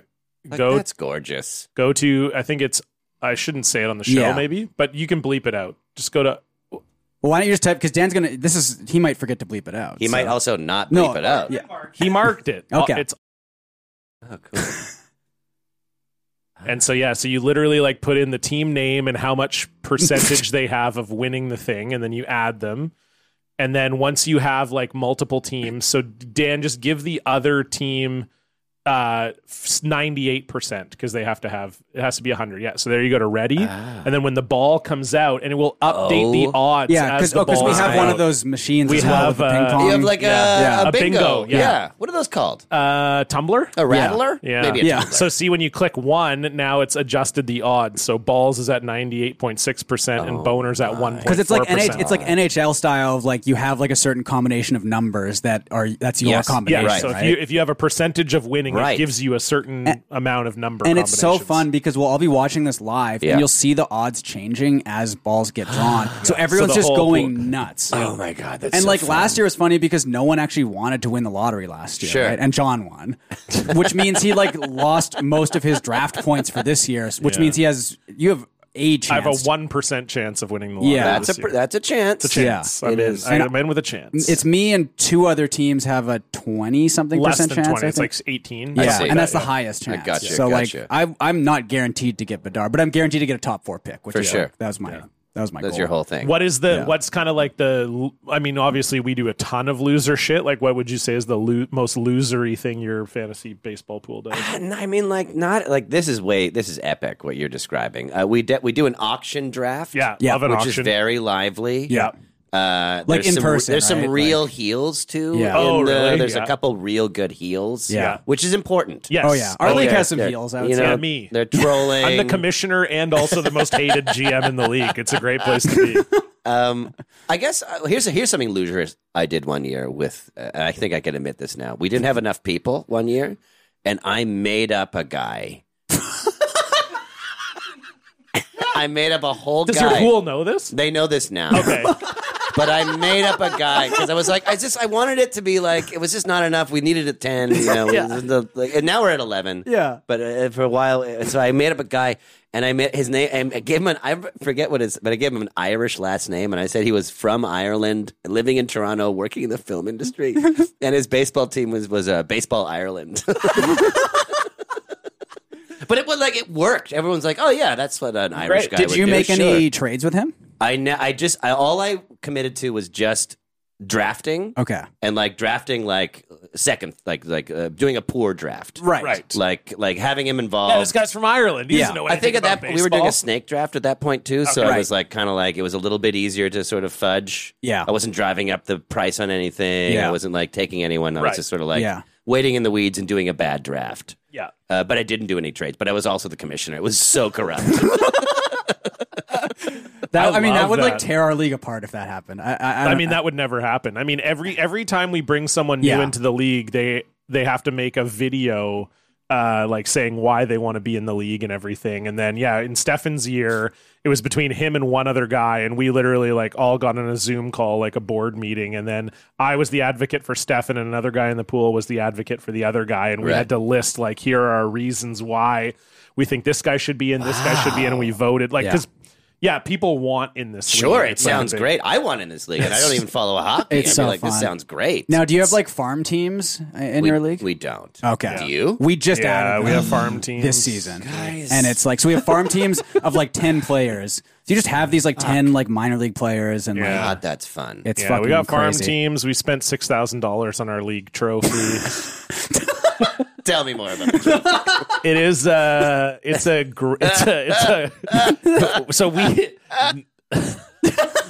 Like, go, That's gorgeous. go to. I think it's. I shouldn't say it on the show, Yeah. maybe, but you can bleep it out. Just go to. Well, why don't you just type? Because Dan's gonna. This is he might forget to bleep it out. He might so- also not No, bleep it out. yeah. He marked it. Okay. It's Oh, cool. and so yeah. So you literally like put in the team name and how much percentage they have of winning the thing, and then you add them. And then once you have like multiple teams, so Dan, just give the other team uh 98% because they have to have it has to be 100 yeah so there you go to ready and then when the ball comes out and it will update the Ah. Oh. odds Yeah, as because the ball we have one of out. those machines. We as well with have, the uh, ping pong. You have like Yeah. a, Um, Yeah. a, A bingo, bingo. yeah. Yeah. What are those called? uh tumbler A rattler? yeah Maybe a Yeah. tumbler. so see when you click one now it's adjusted the odds so balls is at 98.6% and boners at 1.4% because Oh, it's like NH, it's like NHL style of like you have like a certain combination of numbers that are that's your Yes. Yeah, yeah combination, right. so if right? you if you have a percentage of winning it Right. gives you a certain amount of number and it's so combinations. fun because we'll all be watching this live, Yeah. and you'll see the odds changing as balls get drawn. so everyone's the just whole going pool- nuts. Oh my god, that's and so like fun. last year was funny because no one actually wanted to win the lottery last year, Sure. right? And John won, which means he like lost most of his draft points for this year, which means he has you have a i have a chance. 1% chance of winning the lottery Yeah. that's a this year. that's a chance. It's a chance. Yeah, I'm it in, is. I And am in with a chance. It's me and two other teams have a twenty something less than percent chance. 20. I It's think. like 18. Yeah, see. and that's the Yeah. highest I chance. gotcha, so gotcha. like, I, I'm not guaranteed to get Bedard, but I'm guaranteed to get a top four pick. Which For is, sure. like, that was my that was my That's goal. your whole thing. What is the what's kind of like the I mean obviously we do a ton of loser shit like what would you say is the lo- most losery thing your fantasy baseball pool does? And I mean, like, not like this is way this is epic. What you're describing, uh, we de- we do an auction draft, Yeah, Yeah, love an which auction. is very lively. Yeah. Uh, Like there's in some, person, There's right? some real heels too. Yeah. in Oh, the- really? There's Yeah. a couple real good heels. Yeah. which is important. Yes. Oh yeah, our Oh, league yeah. has some They're- heels. I would you say. know, Yeah, me. They're trolling. I'm the commissioner and also the most hated GM in the league. It's a great place to be. Um, I guess uh, here's here's something ludicrous I did one year with. Uh, I think I can admit this now. We didn't have enough people one year, and I made up a guy. I made up a whole Does guy. your pool know this? They know this now. Okay. But I made up a guy because I was like, I just I wanted it to be like it was just not enough. We needed a ten, you know. the- like, and now we're at eleven. Yeah. But uh, for a while, uh, so I made up a guy, and I made his name. And I gave him an I forget what his, but I gave him an Irish last name, and I said he was from Ireland, living in Toronto, working in the film industry, and his baseball team was was uh, baseball Ireland. But it was like it worked. Everyone's like, "Oh yeah, that's what an Irish Right. guy." Did would you do, make sure." any trades with him? I ne- I just I, all I committed to was just drafting Okay, and like drafting like second like like uh, doing a poor draft right, Right. like like having him Yeah, Oh, this involved. guy's from Ireland. He Yeah. doesn't know I anything think at that about we were doing a baseball. snake draft at that point too, so Okay. it was like kind of like it was a little bit easier to sort of fudge. Yeah. I wasn't driving up the price on anything. Yeah. I wasn't like taking anyone. I Right. was just sort of like Yeah. waiting in the weeds and doing a bad draft. Yeah. Uh, but I didn't do any trades. But I was also the commissioner. It was so corrupt. That, I, I mean, that love would like that. tear our league apart if that happened. I, I, I, I don't- mean, that would never happen. I mean, every every time we bring someone new Yeah. into the league, they they have to make a video uh like saying why they want to be in the league and everything. And then yeah, in Stefan's year, it was between him and one other guy, and we literally like all got on a Zoom call, like a board meeting, and then I was the advocate for Stefan and another guy in the pool was the advocate for the other guy, and we Right. had to list like here are our reasons why we think this guy should be in, this guy should be in, and we voted. Like Yeah. because yeah, people want in this Sure, league. it It's like a sounds big- great. I won in this league, and I don't even follow hockey. It's I'd be so like, this fun. sounds great. now, do you have like farm teams in we, your league? we don't. okay, Do you? We just Yeah, added we them have farm teams this season, and it's like so we have farm teams of like ten players. So you just have these like ten like minor league players, and Yeah. like God, that's fun. it's Yeah, fucking we got farm crazy. teams. We spent six thousand dollars on our league trophy. Tell me more about it. it is uh it's a gr- it's a it's a so we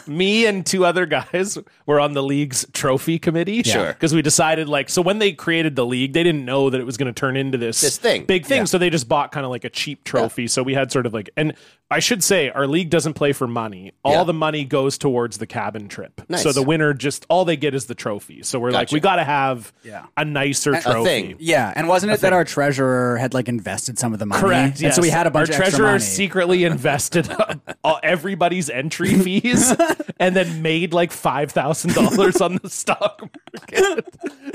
me and two other guys were on the league's trophy committee Sure. because we decided like so when they created the league they didn't know that it was going to turn into this This thing. big thing so they just bought kind of like a cheap trophy so we had sort of like and i should say our league doesn't play for money all Yeah. the money goes towards the cabin trip Nice. so the winner just all they get is the trophy so we're like Gotcha. we gotta have Yeah. a nicer thing. trophy Yeah, and wasn't it that our treasurer had like invested some of the money? Correct. And yes. so we had a bunch Our of extra treasurer money. secretly invested all, everybody's entry fees and then made like five thousand dollars on the stock market.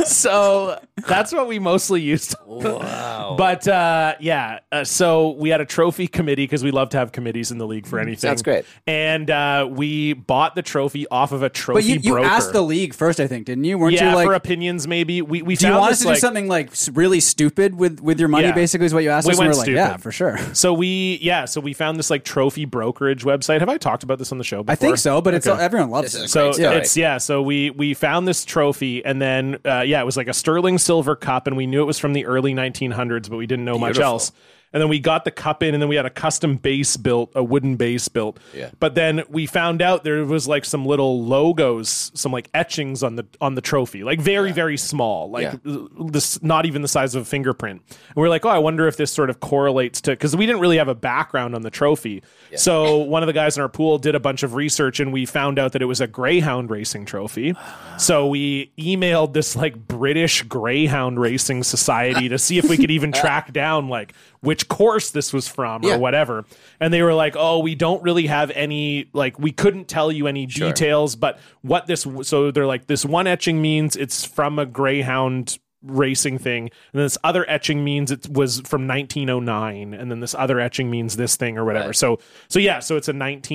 so that's what we mostly used. Wow. But uh, yeah, uh, so we had a trophy committee because we love to have committees in the league Mm, for anything. Sounds great. And uh, we bought the trophy off of a trophy but you, you broker. asked the league first, I think, didn't you? Weren't yeah you like, for opinions maybe we we do you found want this, us to like, do something like s- really stupid with with your money? Yeah. Basically, is what you asked We us. and went we were stupid. like, yeah, for sure. So we yeah, so we found this like trophy brokerage website. Have I talked about this on the show before? I think so, but it's Okay. everyone loves This it. is So Great story. it's yeah. So we we found this trophy, and then uh, yeah, it was like a sterling silver cup, and we knew it was from the early 1900s, but we didn't know much Beautiful. else. And then we got the cup in, and then we had a custom base built, a wooden base built. Yeah. But then we found out there was like some little logos, some like etchings on the on the trophy, like very very small, like this not even the size of a fingerprint. And we are like, oh, I wonder if this sort of correlates to because we didn't really have a background on the trophy. So one of the guys in our pool did a bunch of research, and we found out that it was a greyhound racing trophy. So we emailed this like British Greyhound Racing Society to see if we could even track down like which course this was from or Yeah. whatever. And they were like, "Oh, we don't really have any like we couldn't tell you any details, but what this so they're like this one etching means it's from a Greyhound racing thing and this other etching means it was from 1909 and then this other etching means this thing or whatever. Right. So so yeah, so it's a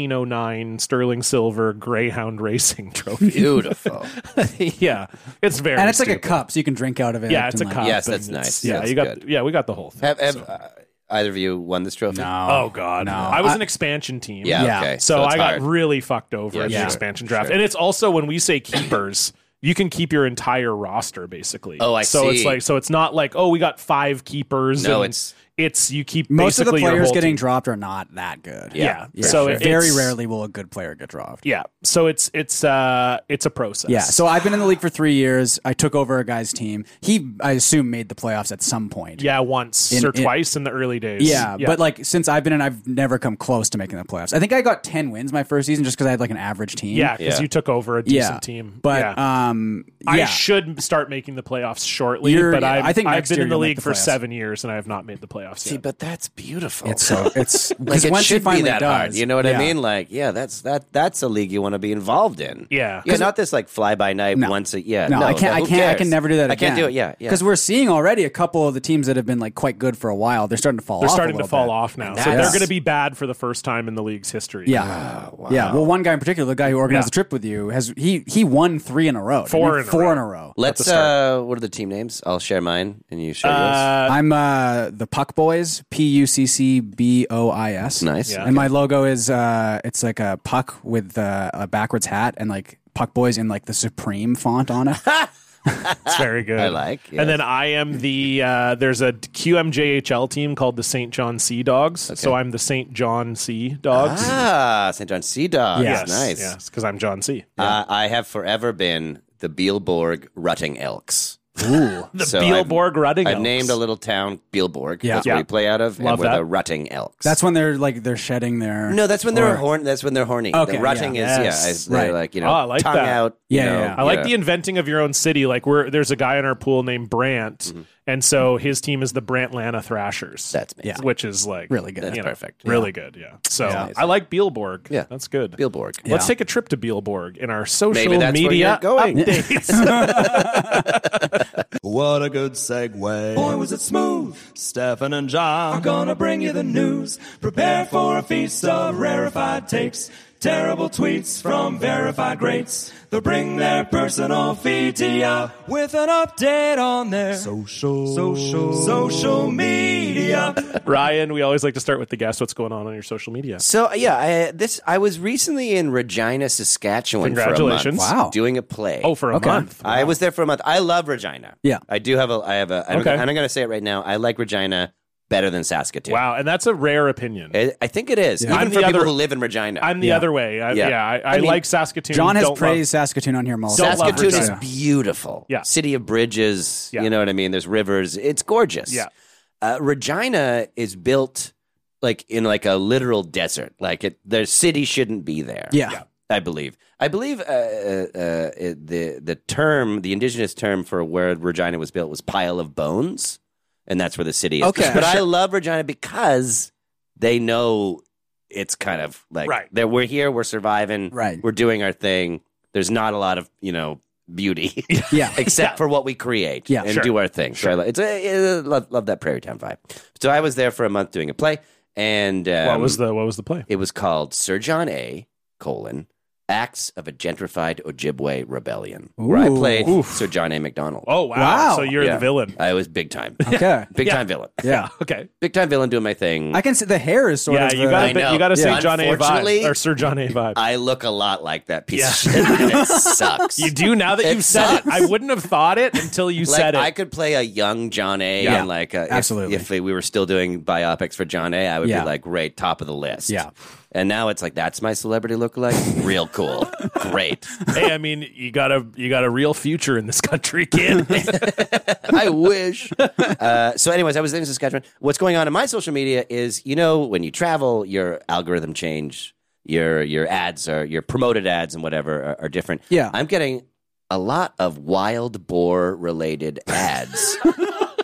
1909 sterling silver Greyhound racing trophy. Beautiful. yeah. It's very And it's like a stupid. cup, so you can drink out of it. Yeah, it's a and, like- cup. Yes, and that's it's- nice. Yeah, That's you got. good. Yeah, we got the whole thing. have have uh, either of you won this trophy? No. oh god, I Uh, was an expansion team. Yeah. Yeah. Okay. so, it's I got hard. really fucked over in the sure, expansion draft. sure. And it's also when we say keepers, you can keep your entire roster basically. Oh, I so it's see. like so it's not like oh we got five keepers. No, and it's- It's you keep Most of the basically your players whole getting team. dropped are not that good. Yeah. So it- very it's- rarely will a good player get dropped. Yeah. So it's it's uh it's a process. Yeah. So I've been in the league for three years. I took over a guy's team. He, I assume, made the playoffs at some point. yeah, once In- or in- twice in the early days. Yeah, but like since I've been in, I've never come close to making the playoffs. I think I got ten wins my first season just because I had like an average team. yeah, because Yeah. you took over a yeah, decent team. But yeah. um, I yeah, should start making the playoffs shortly, You're- but yeah, I've, I think I've next been year in the you'll make league the for playoffs. seven years and I have not made the playoffs See, yet. but that's beautiful. it's so it's like because it once you should be finally that does, hard. You know what I yeah. mean? Like, yeah, that's that. That's a league you want to be involved in. Yeah. yeah, not this like fly by night No. once a yeah. No, I can't. like, I who can't. I cares? can never do that. I can't again. do it. Yeah, yeah. Because we're seeing already a couple of the teams that have been like quite good for a while. They're starting to fall. They're off a starting to little fall bit. off now. So that's- they're going to be bad for the first time in the league's history. Yeah, yeah. Well, one guy in particular, the guy who organized Oh, Yeah. the trip with you, has he he won three in a row. didn't Four he? in a four row. in a row. Let's. Uh, what are the team names? I'll share mine and you share Uh, I'm uh, the Puck Boys, P U C C B O I S. Nice. Yeah. And my logo is uh, it's like a puck with uh, a backwards hat and like Puck Boys in like the Supreme font on it. it's very good. I like, yes. And then I am the uh, there's a QMJHL team called the St. John Sea Dogs. So I'm the St. John Sea yours. Dogs. Ah, St. John Sea Dogs. Yes, nice. Yes, because I'm John C. Uh, I have forever been the Bielborg Rutting Elks. Ooh. The So I've- Bielborg Rutting. I've Elks. named a little town Bielborg. Yeah. That's where Yeah. we play out of. Love and we're that. the Rutting Elks. That's when they're like they're shedding their. No, that's when they're or- horn. That's when they're horny. Okay, the rutting yeah. is Yes, yeah. Is, they're right. like you Oh, know, I like tongue that. out. Yeah, you know, yeah. I like yeah. the inventing of your own city. Like we're there's a guy in our pool named Brant, Mm-hmm. and so his team is the Brantlana Thrashers. That's me. Yeah. which is like Really good. you That's know, perfect. Really good. Yeah. So Yeah. I like Bielborg. Yeah. that's good. Spielberg. Let's Yeah. take a trip to Bielborg in our social Maybe that's where media you're going. updates. What a good segue. Boy, was it smooth. Stefan and John. I'm gonna bring you the news. Prepare for a feast of rarefied takes. Terrible tweets from verified greats. They'll bring their personal feed to ya with an update on their social, social, social media. Ryan, we always like to start with the guest. What's going on on your social media? So yeah, I, this I was recently in Regina, Saskatchewan. Congratulations. For a month, Wow. doing a play. Oh, for a Okay. month. I was there for a month. I love Regina. Yeah. I do have a. I have a. I'm, Okay. okay. I'm going to say it right now. I like Regina better than Saskatoon. Wow, and that's a rare opinion. I, I think it is. I'm Even for the people other- who live in Regina. I'm the other way. I, yeah. Yeah. I, I, I mean, like Saskatoon. John has Don't love- praised Saskatoon on here multiple Don't love Saskatoon is Regina. beautiful. Yeah. City of bridges. Yeah. You know what I mean? There's rivers. It's gorgeous. Yeah. Uh, Regina is built like in like a literal desert. Like it, their city shouldn't be there. Yeah. I believe. I believe uh, uh, uh, it- the the term, the indigenous term for where Regina was built was pile of bones, and that's where the city is. Okay. but I love Regina because they know it's kind of like Right. that we're here, we're surviving, Right. we're doing our thing. There's not a lot of you know beauty Yeah. except for what we create Yeah. and Sure. do our thing. So I lo- it's a, it- love love that prairie town vibe. So I was there for a month doing a play, and um, What was the What was the play? it was called Sir John A. colon Acts of a Gentrified Ojibwe Rebellion, where I Ooh. played Sir John A. McDonald. Oh wow! Wow. So you're Yeah. the villain. I was big time, Okay. big time villain, Yeah. Okay. big time villain doing my thing. I can see the hair is sort Yeah, of. you the- got I to know. you got to say Yeah. John A. vibe Unfortunately- or Sir John A. vibe. I look a lot like that piece of Yeah. shit. and it sucks. you do now that It you've said it. sucks. I wouldn't have thought it until you like said it. I could play a young John A. Yeah. and like a, if- Absolutely. If, we were still doing biopics for John A, I would Yeah. be like great, top of the list. Yeah. And now it's like that's my celebrity lookalike. Real cool, great. hey, I mean, you got a you got a real future in this country, kid. I wish. uh, so, anyways, I was in Saskatchewan. What's going on in my social media is, you know, when you travel, your algorithm change, your your ads are your promoted ads and whatever are, are different. Yeah. I'm getting a lot of wild boar related ads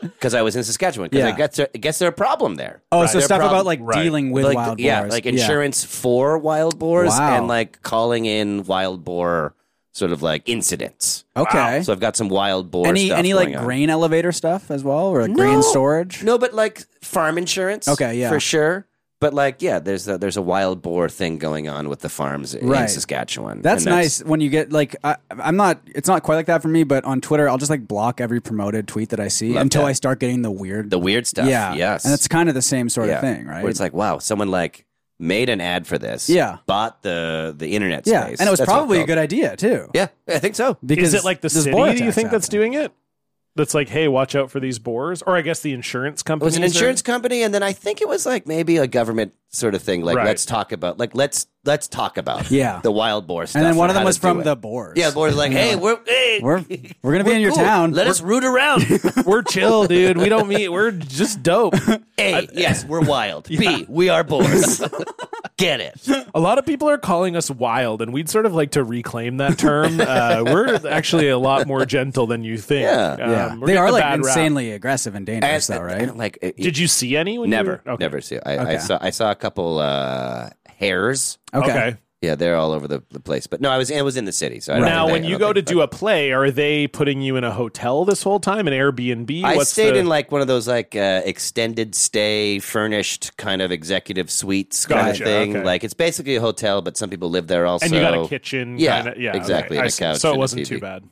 because I was in Saskatchewan. Because Yeah. I guess there, I guess there a problem there. Oh, Right. so Their stuff problem- about like Right. dealing with like, wild yeah, boars. like insurance for wild boars Wow. and like calling in wild boar sort of like incidents. Okay. So I've got some wild boar. any stuff any going like on. grain elevator stuff as well, or like grain storage? No, but like farm insurance. Okay, yeah. for sure. But like, yeah, there's a, there's a wild boar thing going on with the farms in- in Right. Saskatchewan. That's, And nice when you get like I, I'm not. It's not quite like that for me, but on Twitter, I'll just like block every promoted tweet that I see until I start getting the weird. The weird stuff. yeah, Yes. and it's kind of the same sort Yeah. of thing, right? Where it's like, wow, someone like made an ad for this. Yeah. Bought the the internet yeah, space. and it was That's what probably a it's good idea too. called. Yeah, I think so. because Is it like the there's city? boar Do you attacks think that's happening. doing it? that's like, hey, watch out for these boars? Or I guess the insurance It company. was an insurance company, and then I think it was like maybe a government sort of thing. Like Right. let's talk about like let's let's talk about Yeah. the wild boar stuff. and then one of how them to was do from it. the boars. yeah. The boar's like, hey, we're hey, we're we're gonna be in your cool. town. Let us root around. We're chill, dude. We don't meet. We're just dope. a yes, we're wild. B we are boars. Get it? A lot of people are calling us wild, and we'd sort of like to reclaim that term. Uh, we're actually a lot more gentle than you think. Yeah. Um, Yeah. we're they getting are a like bad rap. insanely aggressive and dangerous, though, right? And, Like it- Did you see any? When you never were- okay. never see? I, I Okay. Oh. saw I saw a couple uh, hares. Okay. Yeah, they're all over the, the place. But no, I was I was in the city. So I don't Now, think when they- I you don't go to think- do a play, are they putting you in a hotel this whole time, an Airbnb? I What's stayed the- in like one of those like uh, extended stay, furnished kind of executive suites kind Gotcha, of thing. okay. Like it's basically a hotel, but some people live there also. and you got a kitchen. Yeah, kinda, yeah, exactly, okay. and I a see. couch so and it a wasn't too TV. bad.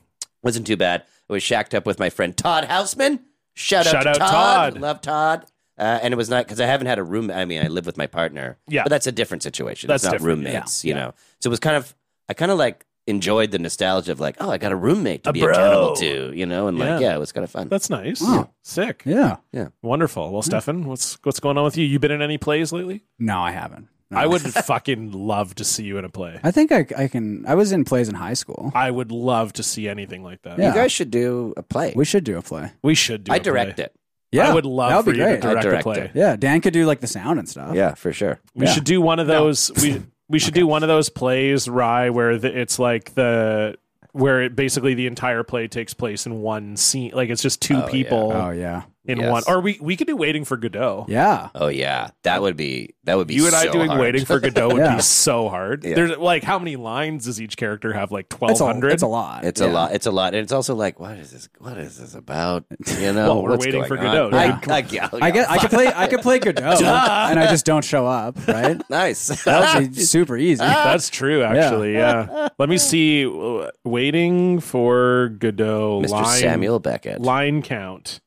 Wasn't too bad. I was shacked up with my friend Todd Houseman. Shout out, Shout to out Todd. Todd. Love Todd. Uh, and it was not because I haven't had a room. I mean, I live with my partner. Yeah. but that's a different situation. That's it's not different, yeah. roommates, you know. So it was kind of I kind of like enjoyed the nostalgia of like, oh, I got a roommate to A be bro. accountable to, you know, and like, Yeah. yeah, it was kind of fun. That's nice. Sick. Yeah. Wonderful. Well, Stefan, what's what's going on with you? You been in any plays lately? No, I haven't. No. I would fucking love to see you in a play. I think I, I can. I was in plays in high school. I would love to see anything like that. Yeah. you guys should do a play. We should do a play. We should do. I a play. direct it. Yeah, I would that love would for you be to great. direct, direct a play. it. Yeah, Dan could do like the sound and stuff. Yeah, for sure. We Yeah. should do one of those. We we should do one of those plays, Rye, where the, it's like the where it basically the entire play takes place in one scene. Like it's just two Oh, yeah. people Oh yeah, in Yes. one. Or we we could do Waiting for Godot. yeah. Oh yeah, that would be that would be You and I so doing hard. Waiting for Godot would Yeah. be so hard. Yeah. There's like how many lines does each character have? Like twelve It's a, hundred. it's a lot. It's a Yeah. lot. It's a lot, and it's also like, what is this? What is this about? You know, Well, we're what's waiting going for on? Godot, I, yeah. I, yeah, I get. I could play. I could play Godot, and I just don't show up. Right? nice. That would be super easy. That's true, actually. Yeah. Let me see. uh, Waiting for Godot. Mr. Line, Samuel Beckett. Line count.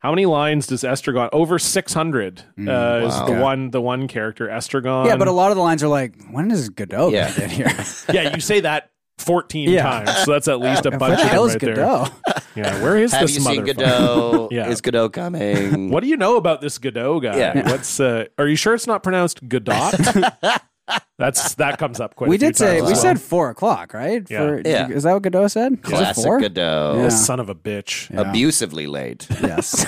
How many lines does Estragon? Over six hundred uh, is the Mm, wow. one. The one character Estragon. Yeah, but a lot of the lines are like, "When does Godot Yeah. get here?" yeah, you say that fourteen Yeah. times, so that's at least a bunch of them Hell's right there. Godot. Yeah, where is Have this you seen motherfucker? Godot? Yeah. Is Godot coming? What do you know about this Godot guy? Yeah. What's uh, are you sure it's not pronounced Godot? That's that comes up quite. We a few did say times we as well. said four o'clock, right? Yeah. For, Yeah. Is that what Godot said? Is it Classic four? Godot. Yeah. son of a bitch. Yeah. Abusively late. Yes.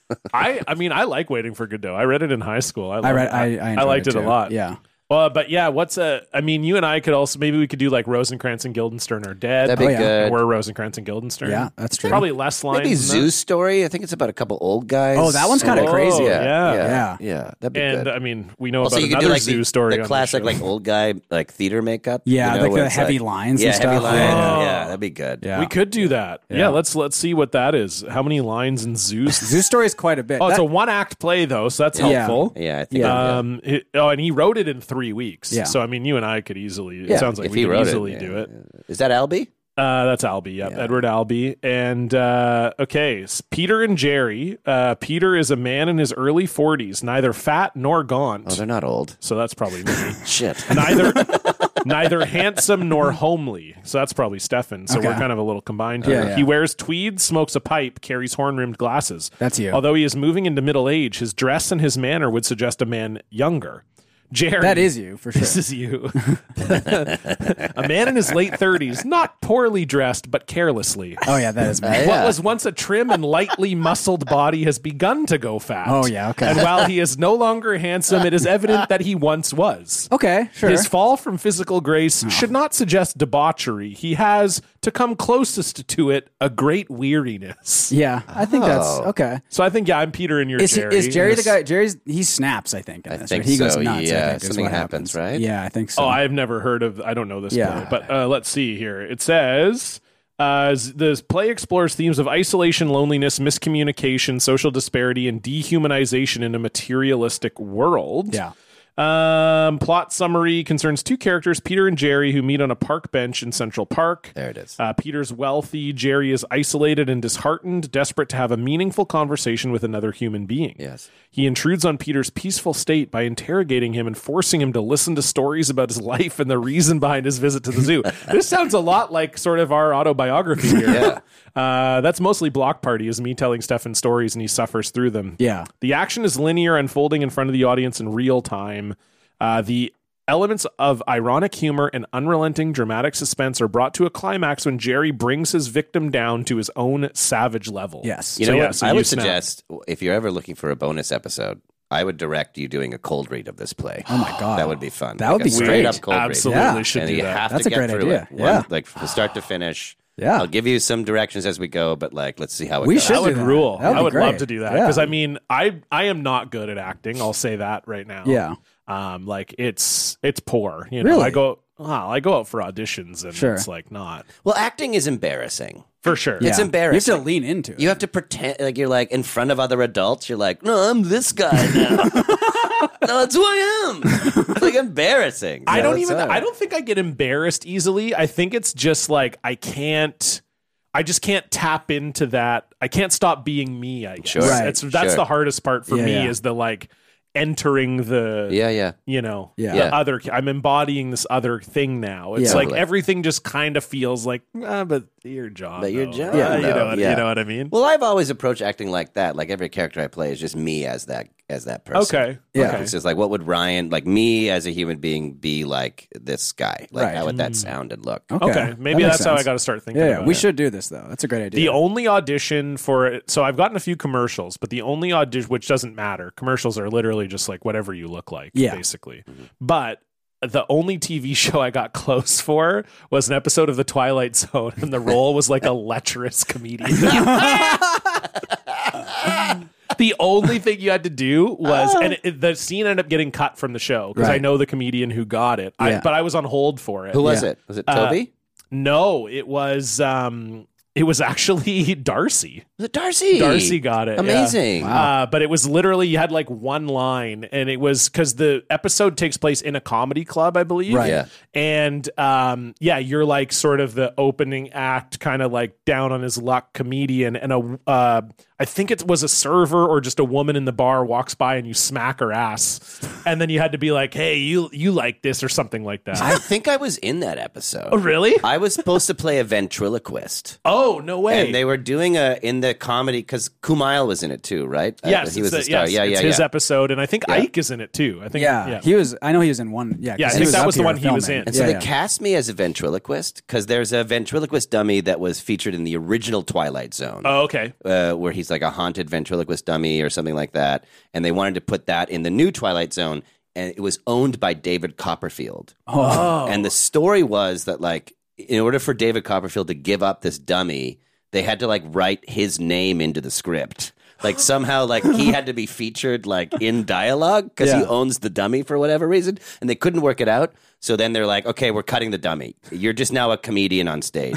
I I mean I like waiting for Godot. I read it in high school. I, loved I read. it. I I, enjoyed liked it, a too. lot. Yeah. Well, but yeah, what's a? I mean, you and I could also maybe we could do like Rosencrantz and Guildenstern are dead. That'd be Oh, yeah. good. We're Rosencrantz and Guildenstern. Yeah, that's true. Probably less lines. Maybe than that. Zeus story. I think it's about a couple old guys. Oh, that one's kinda Oh, crazy. Yeah, Yeah. yeah, Yeah. yeah. that'd be And good. I mean, we know also, about you could another do like Zeus the, story. the on classic show. like old guy like theater makeup. Yeah, you know, like where the it's heavy lines Yeah, and heavy stuff. line. Yeah. Yeah, that'd be good. Yeah. we could do that. Yeah. let's let's see what that is. How many lines in Zeus? Zeus story is quite a bit. oh, it's That- a one act play though, so that's Yeah. helpful. Yeah, I think. Yeah. yeah. Um. it- oh, and he wrote it in three weeks. Yeah. So I mean, you and I could easily. Yeah, It sounds like if we he could wrote easily yeah, do it. yeah. Is that Albie? Uh, that's Albie, yep. Yeah. Edward Albee. And uh, okay, s- Peter and Jerry. Uh, Peter is a man in his early 40s, neither fat nor gaunt. Oh, they're not old. so that's probably me. Shit. neither neither handsome nor homely. So that's probably Stefan. So we're Okay. kind of a little combined here. Yeah, yeah. He wears tweed, smokes a pipe, carries horn-rimmed glasses. That's you. Although he is moving into middle age, his dress and his manner would suggest a man younger. Jerry that is you for this sure. is you. a man in his late 30s, not poorly dressed, but carelessly. Oh yeah, that is me. What was once a trim and lightly muscled body has begun to go fat. Oh, yeah, okay. And while he is no longer handsome, it is evident that he once was. Okay, Oh, sure. Oh. His fall from physical grace should not suggest debauchery. He has, to come closest to it, a great weariness. yeah, I think that's okay. So I think, yeah, I'm Peter and you're Is Oh. Jerry. Jerry, is Jerry the This- guy? Jerry's he snaps, I think. In I this, think right? he goes so, nuts. yeah. I think, is Something what happens, right? Yeah, I think so. Oh, I've never heard of. I don't know this Yeah. play, but uh, let's see here. It says. Uh, this play explores themes of isolation, loneliness, miscommunication, social disparity, and dehumanization in a materialistic world. Yeah. Um, plot summary concerns two characters, Peter and Jerry, who meet on a park bench in Central Park. There it is. Uh, Peter's wealthy. Jerry is isolated and disheartened, desperate to have a meaningful conversation with another human being. Yes. He intrudes on Peter's peaceful state by interrogating him and forcing him to listen to stories about his life and the reason behind his visit to the zoo. this sounds a lot like sort of our autobiography here. Uh, that's mostly Block Party, is me telling Stefan stories and he suffers through them. Yeah. The action is linear, unfolding in front of the audience in real time. Uh, the elements of ironic humor and unrelenting dramatic suspense are brought to a climax when Jerry brings his victim down to his own savage level. Yes. You know So, what? yeah, so I you would snap. suggest if you're ever looking for a bonus episode, I would direct you doing a cold read of this play. Oh my God. that would be fun. That would be Like a straight great. up cold Absolutely read. Yeah. should and do you that. have That's to a get great through idea. it. One- Yeah. like from start to finish. Yeah. I'll give you some directions as we go, but like let's see how it We goes. should that would do that. rule. That would I be would great. love to do that Yeah. because I mean, I I am not good at acting. I'll say that right now. Yeah. Um, like it's it's poor. You know, Really? I go. Wow, I go out for auditions and Sure. it's like not Well, acting is embarrassing. for sure. It's embarrassing. You have to lean into it. You have to pretend like you're like in front of other adults. You're like, no, I'm this guy now. no, that's who I am. It's like embarrassing. I Yeah, don't that's even. it. I don't think I get embarrassed easily. I think it's just like I can't. I just can't tap into that. I can't stop being me. I guess Sure. Right, it's that's sure. the hardest part for Yeah, me yeah. is the like entering the Yeah, yeah. you know Yeah. the Yeah. other i'm embodying this other thing now it's Yeah. like Totally. everything just kind of feels like ah, but your job But your John, yeah, you, though. know what, Yeah. you know what i mean Well, I've always approached acting like that. Like every character I play is just me as that as that person. okay Yeah. okay. It's just like what would Ryan like me as a human being be like this guy? Like Right. how would that sound and look? Okay, That maybe makes that's how I sense. got to start thinking. Yeah, yeah. about we it. should do this though. That's a great idea. The only audition for it, so I've gotten a few commercials, but the only audition, which doesn't matter, commercials are literally just like whatever you look like, Yeah. basically. But the only TV show I got close for was an episode of The Twilight Zone, and the role was like a lecherous comedian. the only thing you had to do was, and it, it- the scene ended up getting cut from the show because I Oh. Right. know the comedian who got it, I, Yeah. but I was on hold for it. Who was Yeah. it? Was it Uh, Toby? No, it was um it was actually Darcy. was it Darcy? Darcy got it. yeah. Amazing. Uh, but it was literally you had like one line, and it was because the episode takes place in a comedy club, I believe. Right. Yeah. And um, yeah, you're like sort of the opening act, kind of like down on his luck comedian, and a uh, I think it was a server or just a woman in the bar walks by and you smack her ass, and then you had to be like, hey, you you like this or something like that. I think I was in that episode. oh really? I was supposed to play a ventriloquist. Oh no way. And they were doing a in the comedy because Kumail was in it too, right? Uh, Yes, he it's was the, the- star. yes, yeah, it's yeah, his yeah. episode, and I think Yeah. Ike is in it too. I think, yeah, he was. I know he was in one. Yeah, 'cause Yeah, I he think was that up was the here one he was filming. in. And And so yeah, they yeah. cast me as a ventriloquist because there's a ventriloquist dummy that was featured in the original Twilight Zone, oh okay, uh, where he's like a haunted ventriloquist dummy or something like that. And they wanted to put that in the new Twilight Zone, and it was owned by David Copperfield. oh, And the story was that, like, in order for David Copperfield to give up this dummy, they had to like write his name into the script. Like somehow, like he had to be featured like in dialogue because he Yeah. owns the dummy for whatever reason, and they couldn't work it out. So then they're like, "Okay, we're cutting the dummy. You're just now a comedian on stage."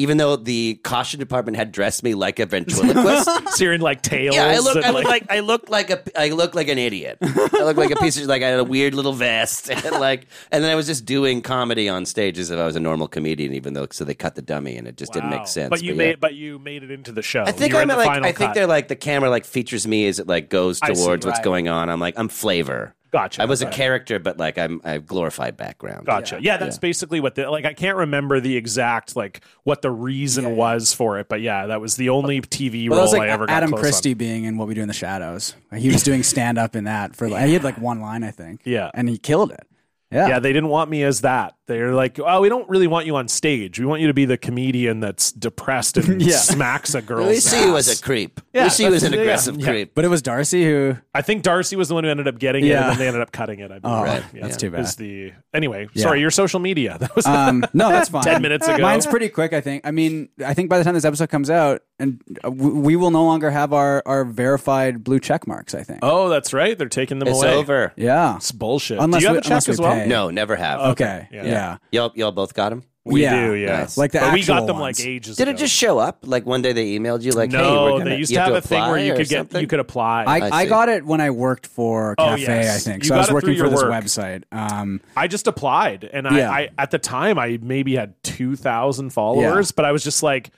Even though the costume department had dressed me like a ventriloquist, searing like tails. yeah, I look, and, I look like I look like a I look like an idiot. I look like a piece of like I had a weird little vest and like and then I was just doing comedy on stage as if I was a normal comedian, even though so they cut the dummy and it just didn't Wow. make sense. But you yeah. made, but you made it into the show. I think You were I'm in the like final I think cut. they're like the camera like features me as it like goes I see, towards what's right. going on. I'm like I'm flavor. Gotcha, I was a right. character, but like I'm I have glorified background. Gotcha. Yeah, that's basically what the like. I can't remember the exact like what the reason was for it, but yeah, that was the only TV Well, that role was like I ever got Adam close Christie On. being in What We Do in the Shadows. Like, he was doing stand up in that for like he had like one line I think. Yeah. and he killed it. Yeah, Yeah, they didn't want me as that. They're like, oh, we don't really want you on stage. We want you to be the comedian that's depressed and Yeah. smacks a girl's. We see you as ass. a creep. Yeah, we see you that's- as an yeah, aggressive yeah. creep. but it was Darcy who. I think Darcy was the one who ended up getting it, Yeah. and then they ended up cutting it. I believe. Oh, Right. that's too bad. Is the anyway? Sorry, your social media. That Uh, was Um, no, that's fine. 10 minutes ago. Mine's pretty quick, I think. I mean, I think by the time this episode comes out, and uh, we, we will no longer have our, our verified blue check marks. I think. oh, that's right. They're taking them It's away. over. yeah. It's bullshit. Unless Do you have we- a check unless we as well? pay. No, never have. Okay. Yeah. yeah. Y'all y'all both got him? We Yeah. do, yeah. Nice. Like the but we actual got them ones. like ages. Did ago. it just show up? Like one day they emailed you, like, hey, we're no, gonna, they used you to have to a thing where apply you or could get something? you could apply. I, I, I see. got it when I worked for Oh, Cafe, yes. I think. You So I got was it working through for your this work. website. Um, just applied, and I, Yeah. I at the time I maybe had two thousand followers, but I was just like.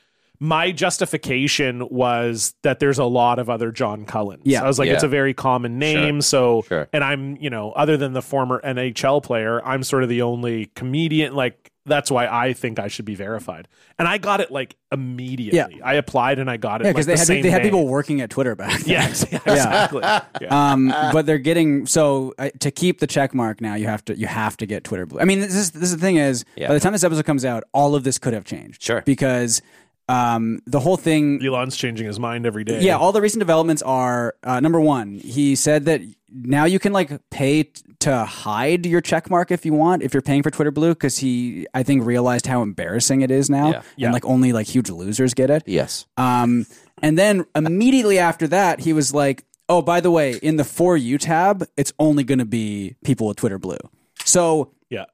My justification was that there's a lot of other John Cullens. Yeah. I was like, Yeah. it's a very common name. So, Sure. and I'm, you know, other than the former NHL player, I'm sort of the only comedian. Like, that's why I think I should be verified. And I got it like immediately. I applied and I got it. yeah, like, because the they same had they had day. people working at Twitter back. then. Yeah, exactly. Yeah. Um, Uh, but they're getting so uh, to keep the check mark now. You have to you have to get Twitter Blue. I mean, this is this is the thing is Yeah. by the time this episode comes out, all of this could have changed. Sure. because um, the whole thing Elon's changing his mind every day. Yeah, all the recent developments are uh, number one. He said that now you can like pay t- to hide your check mark if you want if you're paying for Twitter Blue because he I think realized how embarrassing it is now Yeah. and Yeah. like only like huge losers get it. Yes. Um, and then immediately after that, he was like, "Oh, by the way, in the for you tab, it's only going to be people with Twitter Blue." So yeah.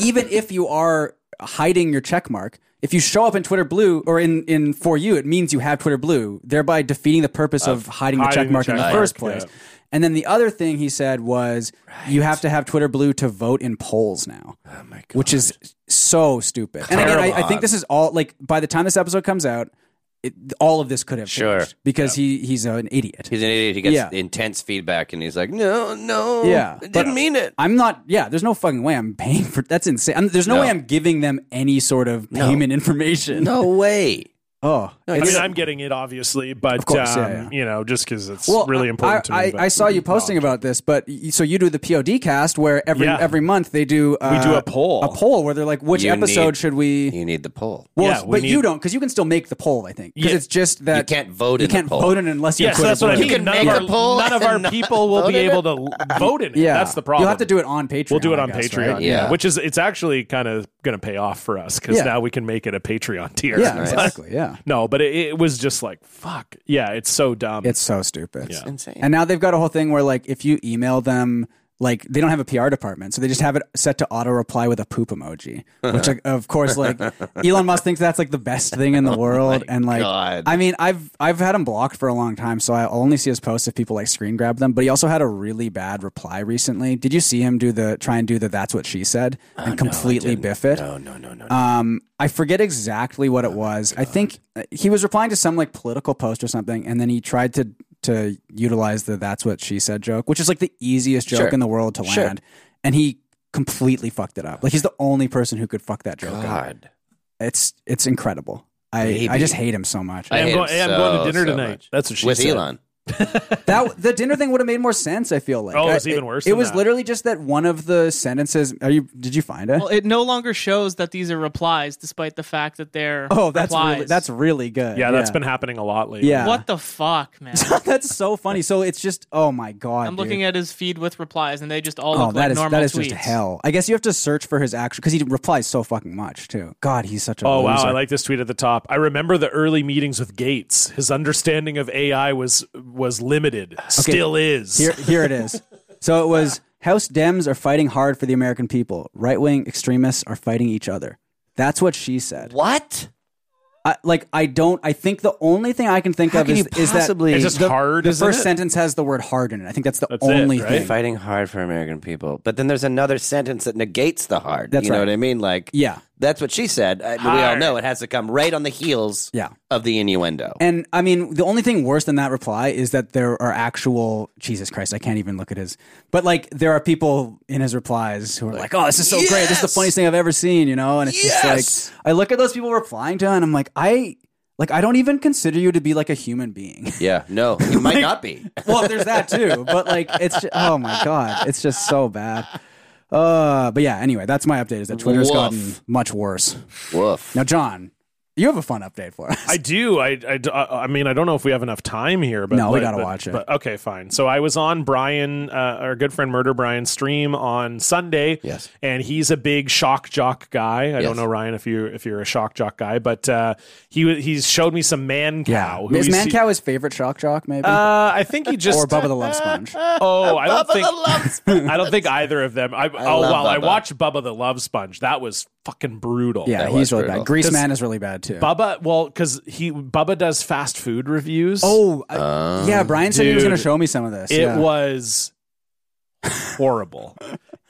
even if you are hiding your check mark, if you show up in Twitter Blue or in, in For You, it means you have Twitter Blue, thereby defeating the purpose of, hiding, the hiding check the mark in check the mark, first yeah. place. And then the other thing he said was you have to have Twitter Blue to vote in polls now, Oh which is so stupid. And again, I, I think this is all like by the time this episode comes out, it, all of this could have Sure. changed because he, he's an idiot. He's an idiot. He gets Yeah. intense feedback and he's like, no, no. Yeah. I didn't mean it. I'm not. Yeah, there's no fucking way I'm paying for. That's insane. I'm, there's no, No. way I'm giving them any sort of payment information. No way. Oh, I it's- mean, I'm getting it obviously, but course, um, yeah, yeah. you know, just because it's well, really I- important I, to me. but- I, I saw you posting about this, but y- so you do the POD cast where every Yeah. every month they do uh, do a poll. a poll where they're like, which You episode need- should we? You need the poll. well, Yeah, we but you need- don't because you can still make the poll. I think because Yeah. it's just that You can't vote You in the can't poll. vote in it unless you. yeah, have so Twitter that's what I Blue. mean. can None make of, a our, poll none of our and people will vote be in able to vote in it. Yeah, That's the problem. You'll have to do it on Patreon. We'll do it I on guess, Patreon, right? yeah. Yeah. Which is it's actually kind of going to pay off for us because Yeah. now we can make it a Patreon tier. Yeah, exactly. Yeah. No, but it, it was just like fuck. Yeah, it's so dumb. It's so stupid. Yeah. Insane. And now they've got a whole thing where like if you email them like they don't have a PR department, so they just have it set to auto reply with a poop emoji, which like, of course like Elon Musk thinks that's like the best thing in the world. and like Oh God. I mean, I've I've had him blocked for a long time, so I'll only see his posts if people like screen grab them. But he also had a really bad reply recently. Did you see him do the try and do the that's what she said Oh, and completely biff it? No, no, no, no. Um, I forget exactly Oh what it was. I think uh, he was replying to some like political post or something, and then he tried to to utilize the "that's what she said" joke, which is like the easiest joke Sure. in the world to Sure. land, and he completely fucked it up. Like he's the only person who could fuck that joke up. God. It's it's incredible. I, I Baby. just hate him so much. I I'm, hate going, him I'm going so, to dinner so tonight. much. That's what she With said. Elon. that the dinner thing would have made more sense. I feel like Oh, it was I- even worse It, than was that. literally just that one of the sentences. Are you? Did you find it? Well, it no longer shows that these are replies, despite the fact that they're oh, that's replies. really, that's really good. Yeah, that's yeah. been happening a lot lately. Yeah. what the fuck, man. That's so funny. So it's just oh my god. I'm looking at his feed with replies, and they just all oh look that like is normal that is tweets. just hell. I guess you have to search for his actual because he replies so fucking much too. God, he's such a Oh wow, loser. I like this tweet at the top. I remember the early meetings with Gates. His understanding of AI was was limited. Still is. here here it is. So it was House Dems are fighting hard for the American people. Right wing extremists are fighting each other. That's what she said. What? I, like I don't. I think the only thing I can think How of can is, you is that possibly- It's just the, hard, The isn't first it? sentence has the word hard in it. I think that's the That's it, only right? thing. Fighting hard for American people. But then there's another sentence that negates the hard. That's you know right. what I mean? Like, Yeah. That's what she said. I, we all know it has to come right on the heels Yeah. of the innuendo. And I mean, the only thing worse than that reply is that there are actual Jesus Christ. I can't even look at his, but like there are people in his replies who are like, "Oh, this is so great! This is the Yes! funniest thing I've ever seen," you know. And it's Yes! just like I look at those people replying to, him and I'm like, I like I don't even consider you to be like a human being. yeah, no, it might not be. well, there's that too, but like it's just, oh my god, it's just so bad. Uh, but yeah. Anyway, that's my update. Is that Twitter's Woof. gotten much worse. Woof. Now, John, you have a fun update for us. I do. I, I, uh, I mean, I don't know if we have enough time here, but No, we but- gotta but- watch it. But okay, fine. So I was on Brian, uh, our good friend Murder Brian's stream on Sunday. Yes. and he's a big shock jock guy. I don't Yes. know Ryan if you if you're a shock jock guy, but uh, he w- he's showed me some man yeah, cow. who is he's- Man Cow his favorite shock jock? Maybe. Uh, I think he just or Bubba the Love Sponge. Oh, I don't Bubba think the Love I don't think either of them. I, oh love well, I Bubba. watched Bubba the Love Sponge. That was fucking brutal. Yeah, That he's was really brutal. bad. Grease 'Cause Man is really bad too. Bubba, well, because he Bubba does fast food reviews. oh, I- yeah. Brian said he Um, was dude, going to show me some of this. it yeah. was horrible.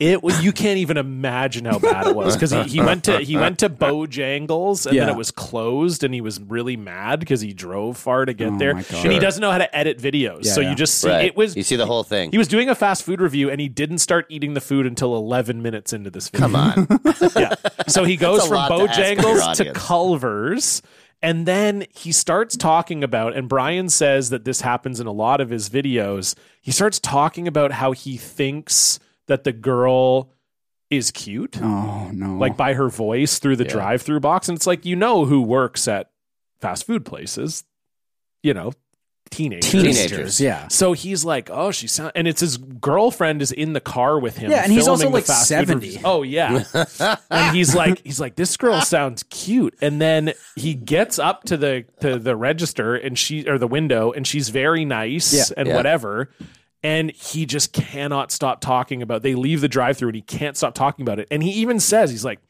It was you can't even imagine how bad it was because he, he went to he went to Bojangles and Yeah. then it was closed and he was really mad because he drove far to get Oh there my and God. he doesn't know how to edit videos. Yeah, so yeah. you just see Right. it was you see the whole thing. he was doing a fast food review and he didn't start eating the food until eleven minutes into this video. Come on. yeah. So he goes That's a from lot to ask of your Bojangles to audience. Culver's. And then he starts talking about, and Brian says that this happens in a lot of his videos. He starts talking about how he thinks that the girl is cute, Oh no! like by her voice through the drive through box. And it's like, you know who works at fast food places, you know, teenagers. teenagers. teenagers. Yeah. So he's like, oh, she sound, and it's his girlfriend is in the car with him. Yeah, and he's filming also the like fast food 70. reviews. Oh yeah, and he's like, he's like, this girl sounds cute. And then he gets up to the to the register and she or the window, and she's very nice Yeah. and Yeah. whatever. And he just cannot stop talking about. They leave the drive through and he can't stop talking about it. And he even says, he's like,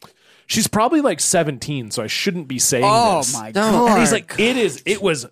she's probably like seventeen, so I shouldn't be saying Oh this. my god! And he's like, it is. It was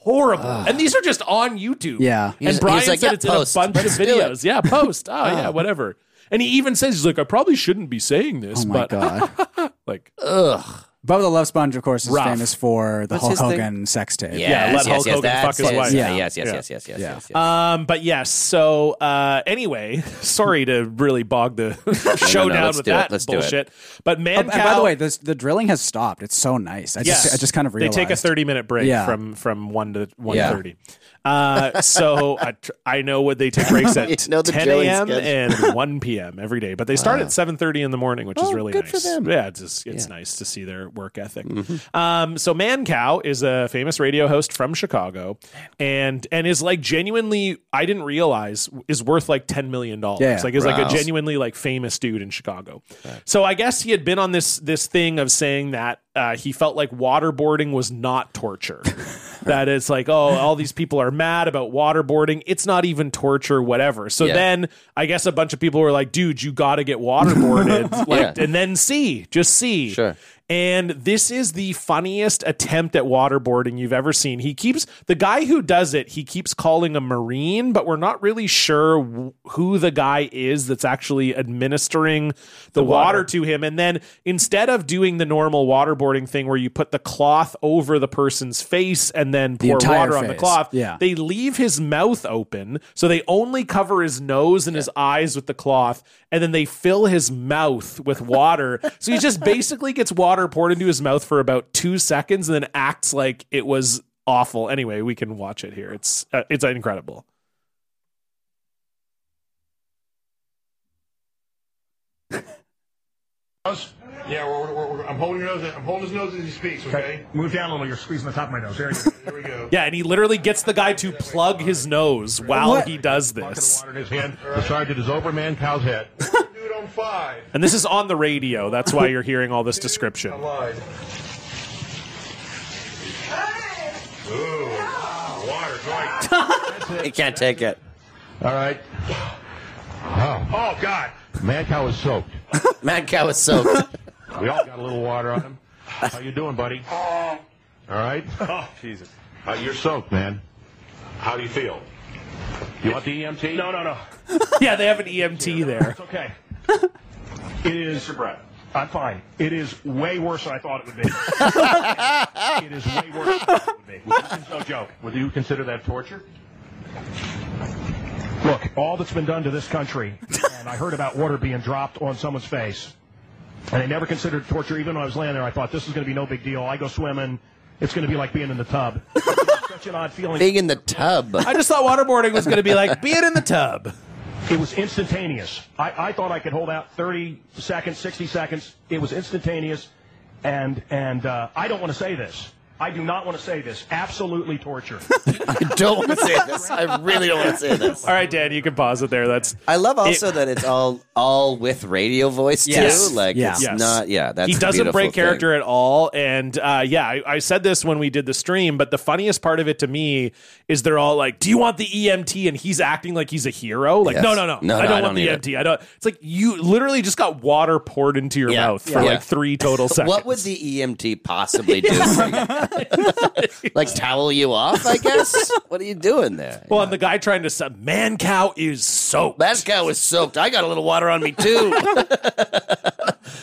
horrible. and these are just on YouTube. Yeah. He was- and he Brian was like, said "Yeah, it's post. in a bunch Let's of do it." videos. Yeah, post. Oh, Ah. yeah, whatever. And he even says he's like, I probably shouldn't be saying this, oh my but god! like, Bubba the Love Sponge, of course, is Rough. famous for the his Hulk thing? Hogan sex tape. Yeah, let Yes, yes, Hulk yes, Hogan that's fuck his it. wife. Yeah, Yeah. Yes, yes, Yeah. yes, yes, yes, Yeah. yes. yes. um, but yes. so uh, anyway, sorry to really bog the show no, down let's with do it. that Let's do it. bullshit. But man, Oh, and by the way, this, the drilling has stopped. It's so nice. I just, I just kind of realized. they take a thirty minute break Yeah. from from one to one Yeah. thirty. Uh, so I, tr- I know what they take breaks at You know the ten drilling a.m. schedule. and one p.m. every day, but they start at seven thirty in the morning, which Oh, is really good nice. for them. Yeah, it's just, it's nice to see their work ethic. Mm-hmm. Um, so Man Cow is a famous radio host from Chicago, and and is like genuinely I didn't realize is worth like ten million dollars. Yeah. Like is like a Wow. genuinely like famous dude in Chicago. So I guess he had been on this this thing of saying that uh, he felt like waterboarding was not torture. that it's like, oh, all these people are mad about waterboarding. It's not even torture, whatever. So Yeah. then I guess a bunch of people were like, dude, you got to get waterboarded, like, Yeah. and then see, just see. Sure. And this is the funniest attempt at waterboarding you've ever seen. He keeps the guy who does it, he keeps calling a Marine, but we're not really sure w- who the guy is that's actually administering the, water. to him. And then instead of doing the normal waterboarding thing where you put the cloth over the person's face and then pour entire water on the face. cloth, Yeah. they leave his mouth open. So they only cover his nose and his eyes with the cloth, and then they fill his mouth with water. so he just basically gets water poured into his mouth for about two seconds and then acts like it was awful. Anyway, we can watch it here. It's uh, it's incredible. Yeah, we're, we're, we're, I'm holding your nose. I'm holding his nose as he speaks. Okay. Move down a little. You're squeezing the top of my nose. There you Here we go. Yeah, and he literally gets the guy to plug his nose while What? he does Bucket of this. water in his hand. The sergeant is over man cow's head. Dude on five. And this is on the radio. That's why you're hearing all this description. Alive. Ooh, water going. Uh, He can't take it. All right. Oh, oh God! Man cow is soaked. Mad cow is soaked. We all got a little water on him. How you doing, buddy? All right. Oh, Jesus. Uh, you're soaked, man. How do you feel? You want the E EMT? No, no, no. Yeah, they have an EMT there. go. Okay. It is. Mr. Brett. I'm fine. It is way worse than I thought it would be. it is way worse than I thought it would be. No joke. Would you consider that torture? Look, all that's been done to this country, and I heard about water being dropped on someone's face, and I never considered it torture. Even when I was laying there, I thought this is going to be no big deal. I go swimming. It's going to be like being in the tub. It's Such an odd feeling. Being in the tub. I just thought waterboarding was going to be like, be it in the tub. It was instantaneous. I, I thought I could hold out 30 seconds, 60 seconds. It was instantaneous, and and uh, I don't want to say this. I do not want to say this. Absolutely torture. I don't want to say this. I really don't want to say this. All right, Dan, you can pause it there. That's I love also that it's all all with radio voice Yes. too. Like Yeah. it's Yes. not. Yeah, that's he a doesn't beautiful break thing. character at all. And uh, yeah, I, I said this when we did the stream, but the funniest part of it to me is they're all like, "Do you want the EMT?" And he's acting like he's a hero. Like, Yes. no, no, no, No, I no, don't I want don't need the EMT. I don't. It's like you literally just got water poured into your Yeah. mouth for Yeah. like three total seconds. What would the EMT possibly do? for you? like towel you off? I guess. what are you doing there? well, and the guy trying to sub man cow is soaked. That guy was soaked. I got a little water on me too.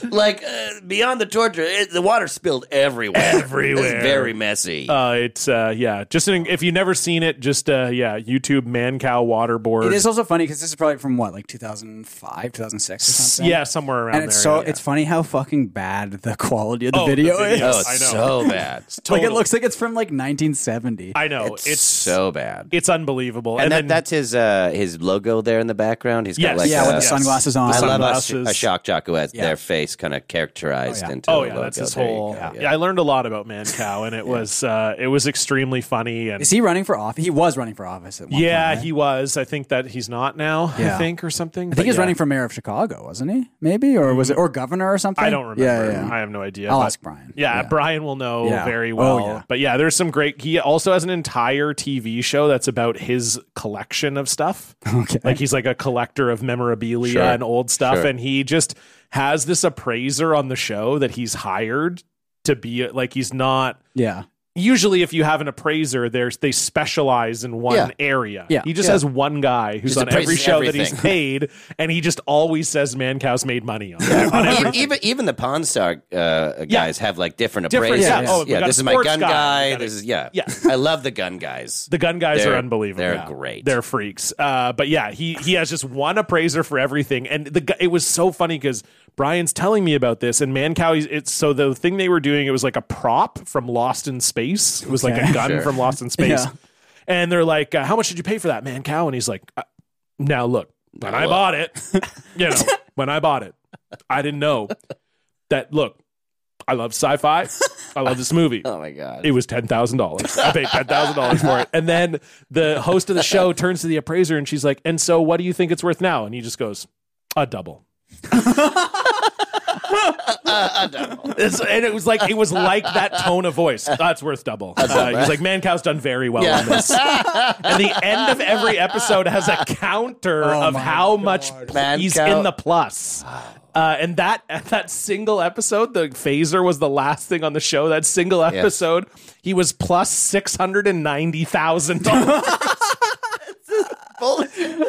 like uh, beyond the torture, it, the water spilled everywhere. Everywhere. It's very messy. Uh, it's uh, yeah. Just an, if you've never seen it, just uh, yeah. YouTube man cow waterboard. It is also funny because this is probably from what, like 2005, 2006 or something? yeah, somewhere around And it's there. so, yeah. it's funny how fucking bad the quality of the Oh, the video is. video. oh, I it's know. so bad. Like it Total. looks like it's from like 1970. I know It's, so bad. it's unbelievable. and, that, then, that's his uh, his logo there in the background. He's got Yes. like yeah, a, with the yes. sunglasses on. I love a, sh- sunglasses. a shock jock who has Yeah. their face kind of characterized Oh, yeah. into. Oh a yeah, logo. that's his There you whole. go. Yeah. I learned a lot about Man Cow, and it was uh, it was extremely funny. And Is he running for office? He was running for office at one yeah, point, right? he was. I think that he's not now. I Yeah. think or something. I think he was running for mayor of Chicago, wasn't he? Maybe or was it or governor or something? Mm-hmm. I don't remember. Yeah, yeah. I have no idea. I'll but- ask Brian. Yeah, Yeah. Brian will know Yeah. very Oh, well. yeah. But yeah, there's some great. He also has an entire TV show that's about his collection of stuff. Okay. Like he's like a collector of memorabilia Sure. and old stuff, Sure. and he just has this appraiser on the show that he's hired to be like he's not yeah. usually if you have an appraiser there's they specialize in one Yeah. area Yeah. he just Yeah. has one guy who's on Just every appraises show that he's everything. paid and he just always says man cows made money on, it. on E- everything. even even the Pawn Star uh, guys have like different Different- appraisals. yeah, oh, we got a this is my sports gun guy, guy. we got This a- is yeah. yeah. I love the gun guys. the gun guys are They're- unbelievable they're Yeah. great. they're freaks uh, but yeah he he has just one appraiser for everything and the gu- it was so funny because brian's telling me about this and man cow he's- it's so the thing they were doing it was like a prop from lost in space it was like Okay. a gun Sure. from lost in space Yeah. and they're like uh, how much did you pay for that man cow and he's like uh, now look when Now i look. bought it you know when i bought it i didn't know that look i love sci-fi i love this movie oh my god. it was ten thousand dollars. I paid ten thousand dollars for it. And then the host of the show turns to the appraiser and she's like, "And so, what do you think it's worth now?" And he just goes, "A double." It's- and it was like it was like that tone of voice. That's worth double. Uh, he was like, "Man, cow's done very well on this." And the end of every episode has a counter of how much Man, he's cow- in the plus. Uh, and that that single episode, the phaser was the last thing on the show. That single episode, he was plus six hundred and ninety thousand dollars.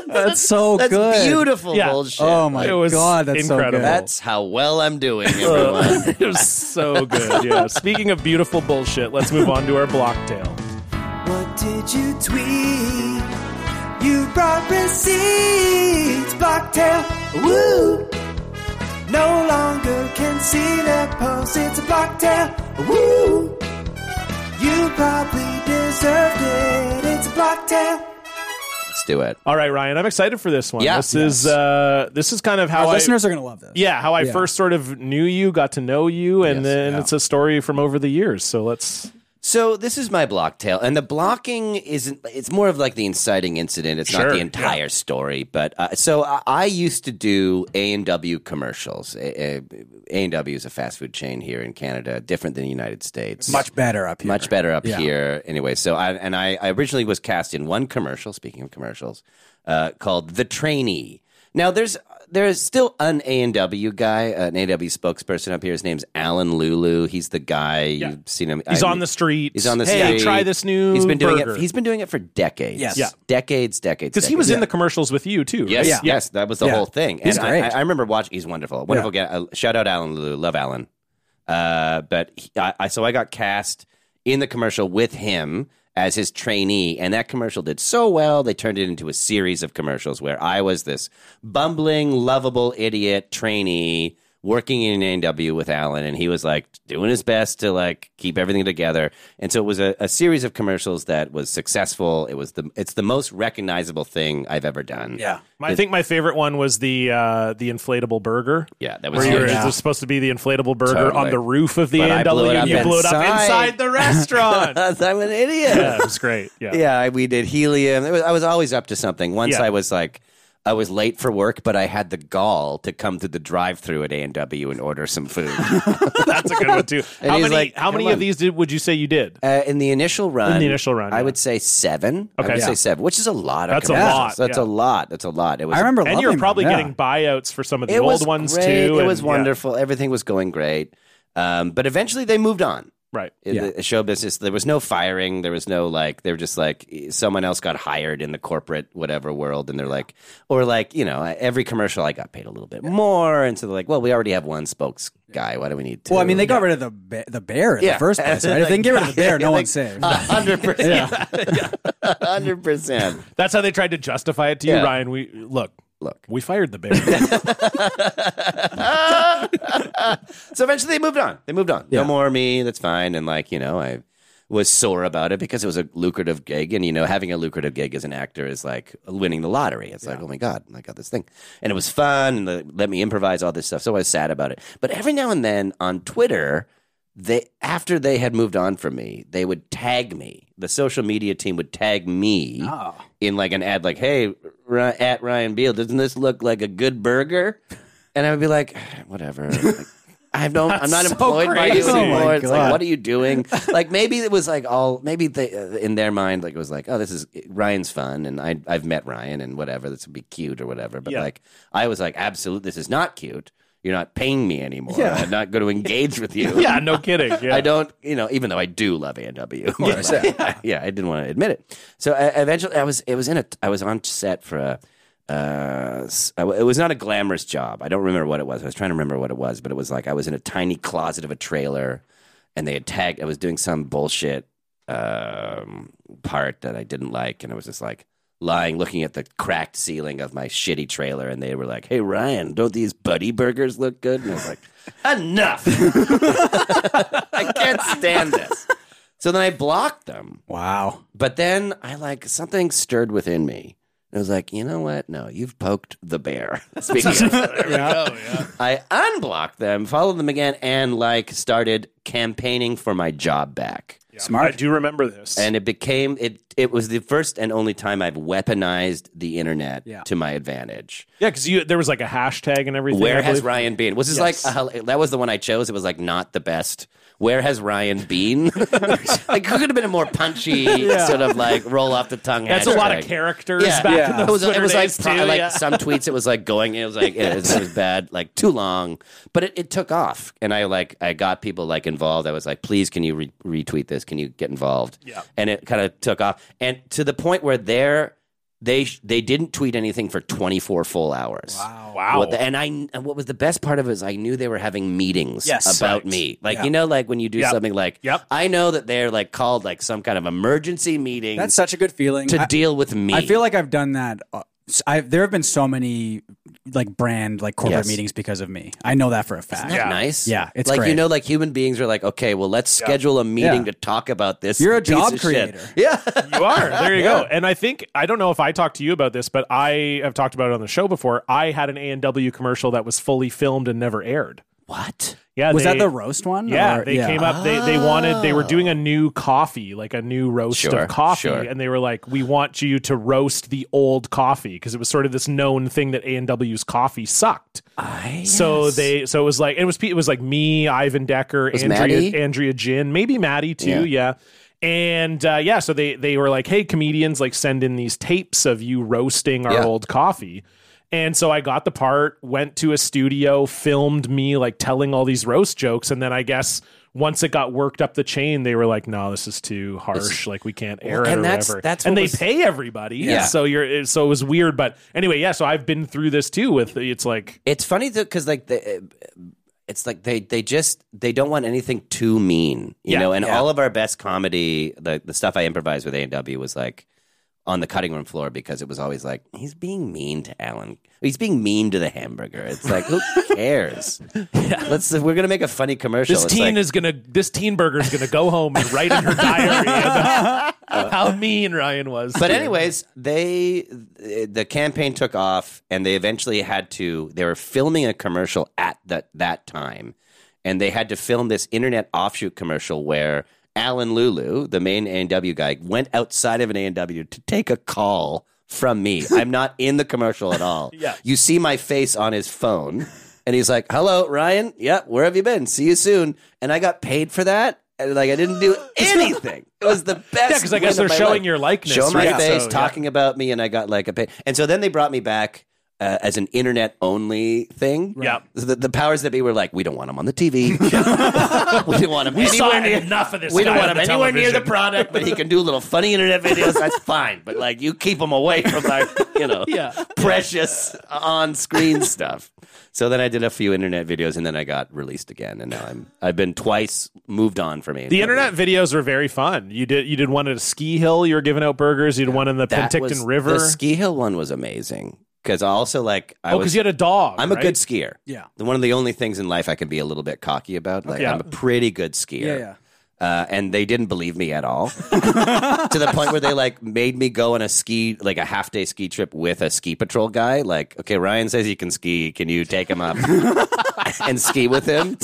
That's so That's good. beautiful Yeah. bullshit. Oh my It was god, that's incredible. so good. That's how well I'm doing, everyone. it was so good. Yeah. Speaking of beautiful bullshit, let's move on to our block tale. What did you tweet? You brought receipts, Blocktail. Woo! No longer can see the post. It's a Blocktail. Woo! You probably deserved it. It's a Blocktail. Let's do it. All right, Ryan, I'm excited for this one. Yeah. This is uh, this is kind of how Our I, listeners are gonna love this. Yeah, how I Yeah. first sort of knew you, got to know you, and Yes, then yeah. it's a story from over the years. So let's So this is my block tale, and the blocking isn't. It's more of like the inciting incident. It's Sure, not the entire story, but uh, so I, I used to do A and W commercials. A and W is a fast food chain here in Canada, different than the United States. Much better up here. Much better up Yeah. here. Anyway, so I and I, I originally was cast in one commercial. Speaking of commercials, uh, called the trainee. Now there's there is still an A and W guy, an A and W spokesperson up here. His name's Alan Lulu. He's the guy you've seen him. He's I- on the street. He's on the hey, street. try this new He's been doing burger. it. He's been doing it for decades. Yes. Yeah. decades, decades. because he was in decades. the commercials with you too. Yes, right? yes, that was the Yeah. whole thing. He's and great. I, I remember watching. He's wonderful, wonderful guy. Uh, Shout out Alan Lulu, love Alan. Uh, but he, I, I, so I got cast in the commercial with him as his trainee, and that commercial did so well they turned it into a series of commercials where I was this bumbling, lovable idiot trainee working in an AW with Alan, and he was like doing his best to like keep everything together. And so it was a, a series of commercials that was successful. It was the it's the most recognizable thing I've ever done. Yeah. My- I think my favorite one was the uh, the inflatable burger. Yeah, that was Where you were, huge. it was supposed to be the inflatable burger on Totally. the roof of the But I blew AW, it and up you blew it up inside. inside the restaurant. Because I'm an idiot. yeah, it was great. Yeah. Yeah, we did helium. It was, I was always up to something. Once Yeah. I was like, I was late for work, but I had the gall to come to the drive-through at A and W and order some food. That's a good one too. And how he's many? like, how many of "Come on." these did would you say you did? Uh, in the initial run, In the initial run, I yeah. would say seven. I Okay. would Yeah. say seven, which is a lot. Of That's a commercials. lot, That's yeah. a lot. That's a lot. It was. and you're probably getting buyouts for some of the it old was ones great. too. It and- was yeah. wonderful. Everything was going great. Um, but eventually they moved on. Right. In the show business, there was no firing. There was no like, they were just like, someone else got hired in the corporate whatever world. And they're like, or like, you know, every commercial I got paid a little bit more. And so they're like, well, we already have one spokes guy. Why do we need two? Well, I mean, they got rid of the ba- the bear in the first place, right? If they can get rid of the bear, no one's saved. Hundred percent. Hundred percent. That's how they tried to justify it to you, Yeah. Ryan. We look, look, we fired the bear. so eventually they moved on. They moved on. No more me. That's fine. And like you know, I was sore about it because it was a lucrative gig, and you know, having a lucrative gig as an actor is like winning the lottery. It's like, oh my god, I got this thing, and it was fun, and they let me improvise all this stuff. So I was sad about it. But every now and then on Twitter. They after they had moved on from me, they would tag me. The social media team would tag me in like an ad, like, "Hey, Ry- at Ryan Beal, doesn't this look like a good burger?" And I would be like, whatever. Like, I don't. I'm not That's so employed by you crazy. Oh anymore. my it's like, God. what are you doing? Like maybe it was like all. Maybe they, uh, in their mind, like it was like, oh, this is Ryan's fun, and I I've met Ryan, and whatever. This would be cute or whatever. But Yeah. like, I was like, absolute. This is not cute. You're not paying me anymore. Yeah. I'm not going to engage with you. yeah, no kidding. Yeah. I don't, you know, even though I do love A&W. yeah. yeah, I didn't want to admit it. So I, eventually I was, it was in a, I was on set for a, uh, s- I w- it was not a glamorous job. I don't remember what it was. I was trying to remember what it was, but it was like I was in a tiny closet of a trailer and they had tagged, I was doing some bullshit um, part that I didn't like. And I was just like lying, looking at the cracked ceiling of my shitty trailer. And they were like, hey, Ryan, don't these buddy burgers look good? And I was like, enough. I can't stand this. So then I blocked them. Wow. But then I like something stirred within me. I was like, you know what? No, you've poked the bear. Speaking of, I unblocked them, followed them again, and like started campaigning for my job back. I do remember this. And it became it. It was the first and only time I've weaponized the internet Yeah. to my advantage. yeah, because you there was like a hashtag and everything. Where I has believe. Ryan been? Was this like a, hel- that was the one I chose? It was like not the best. Where has Ryan been? like who could have been a more punchy sort of like roll off the tongue? That's a lot of hashtag? characters Yeah. back Yeah. in those it was, it Twitter was like, days pro- too, like yeah. some tweets. It was like going. It was like it was, it was bad, like too long. But it, it took off, and I like I got people like involved. I was like, please, can you re- retweet this? Can you get involved? Yeah. And it kind of took off, and to the point where they're. They sh- they didn't tweet anything for 24 full hours. Wow. Wow. and I and what was the best part of it is I knew they were having meetings Yes. about Right. me. Like Yeah. you know like when you do Yep. something like Yep. I know that they're like called like some kind of emergency meeting That's such a good feeling. to I- deal with me. I feel like I've done that. uh, s- I've, there have been so many like brand like corporate Yes. meetings because of me. I know that for a fact. Isn't that nice? Yeah, it's like you great. know, like human beings are like, okay, well, let's schedule a meeting Yeah. to talk about this. You're a piece job of shit. creator. Yeah, You are. There you go. And I think I don't know if I talked to you about this, but I have talked about it on the show before. I had an A and W commercial that was fully filmed and never aired. what? Yeah, Was that they- the roast one? Yeah, Or- they came up. They they wanted. They were Oh. doing a new coffee, like a new roast Sure, of coffee, sure. and they were like, "We want you to roast the old coffee because it was sort of this known thing that A and W's coffee sucked." I So they so it was like it was pe- it was like me, Ivan Decker, Was Andrea Maddie? Andrea Jin, maybe Maddie too, yeah. And uh, yeah, so they they were like, "Hey comedians, like send in these tapes of you roasting our Yeah. old coffee." And so I got the part, went to a studio, filmed me like telling all these roast jokes and then I guess once it got worked up the chain, they were like, "No, this is too harsh. like, we can't air Well, it and or that's- whatever." that's and what they was- pay everybody. Yeah. So you're so it was weird, but anyway, yeah. So I've been through this too. With it's like It's funny though, because like the. It's like they, they just they don't want anything too mean, you Yeah. know. And all of our best comedy, the the stuff I improvised with A and W was like on the cutting room floor because it was always like he's being mean to Alan, he's being mean to the hamburger. It's like who cares? Let's we're gonna make a funny commercial. This It's teen like- is gonna. This teen burger is gonna go home and write in her diary about how mean Ryan was. But anyways, they the campaign took off, and they eventually had to. They were filming a commercial at that that time, and they had to film this internet offshoot commercial where Alan Lulu, the main A and W guy, went outside of an A and W to take a call from me. I'm not in the commercial at all. Yeah. You see my face on his phone, and he's like, "Hello, Ryan. Yeah, where have you been? See you soon." And I got paid for that. And like I didn't do anything. It was the best. Yeah, 'cause I guess win of they're my showing life. your likeness, Show my right? face, So, yeah. talking about me, and I got like a pay. And so then they brought me back. Uh, as an internet only thing, Right. So the, the powers that be were like, we don't want him on the TV. we didn't want him. We saw anywhere near- enough of this We don't guy want on him the anywhere near the television. product, but he can do little funny internet videos. That's fine. But like, you keep him away from our, you know, Yeah. precious on screen stuff. So then I did a few internet videos, and then I got released again, and now I'm I've been twice moved on from me. The internet videos are very fun. You did you did one at a ski hill. You were giving out burgers. You did one in the That Penticton was- River. The ski hill one was amazing because also like I oh, was. because you had a dog. I'm a right? good skier. Yeah. One of the only things in life I can be a little bit cocky about. Like Yeah. I'm a pretty good skier. Yeah, yeah. Uh, and they didn't believe me at all to the point where they like made me go on a ski like a half day ski trip with a ski patrol guy like okay ryan says he can ski can you take him up and ski with him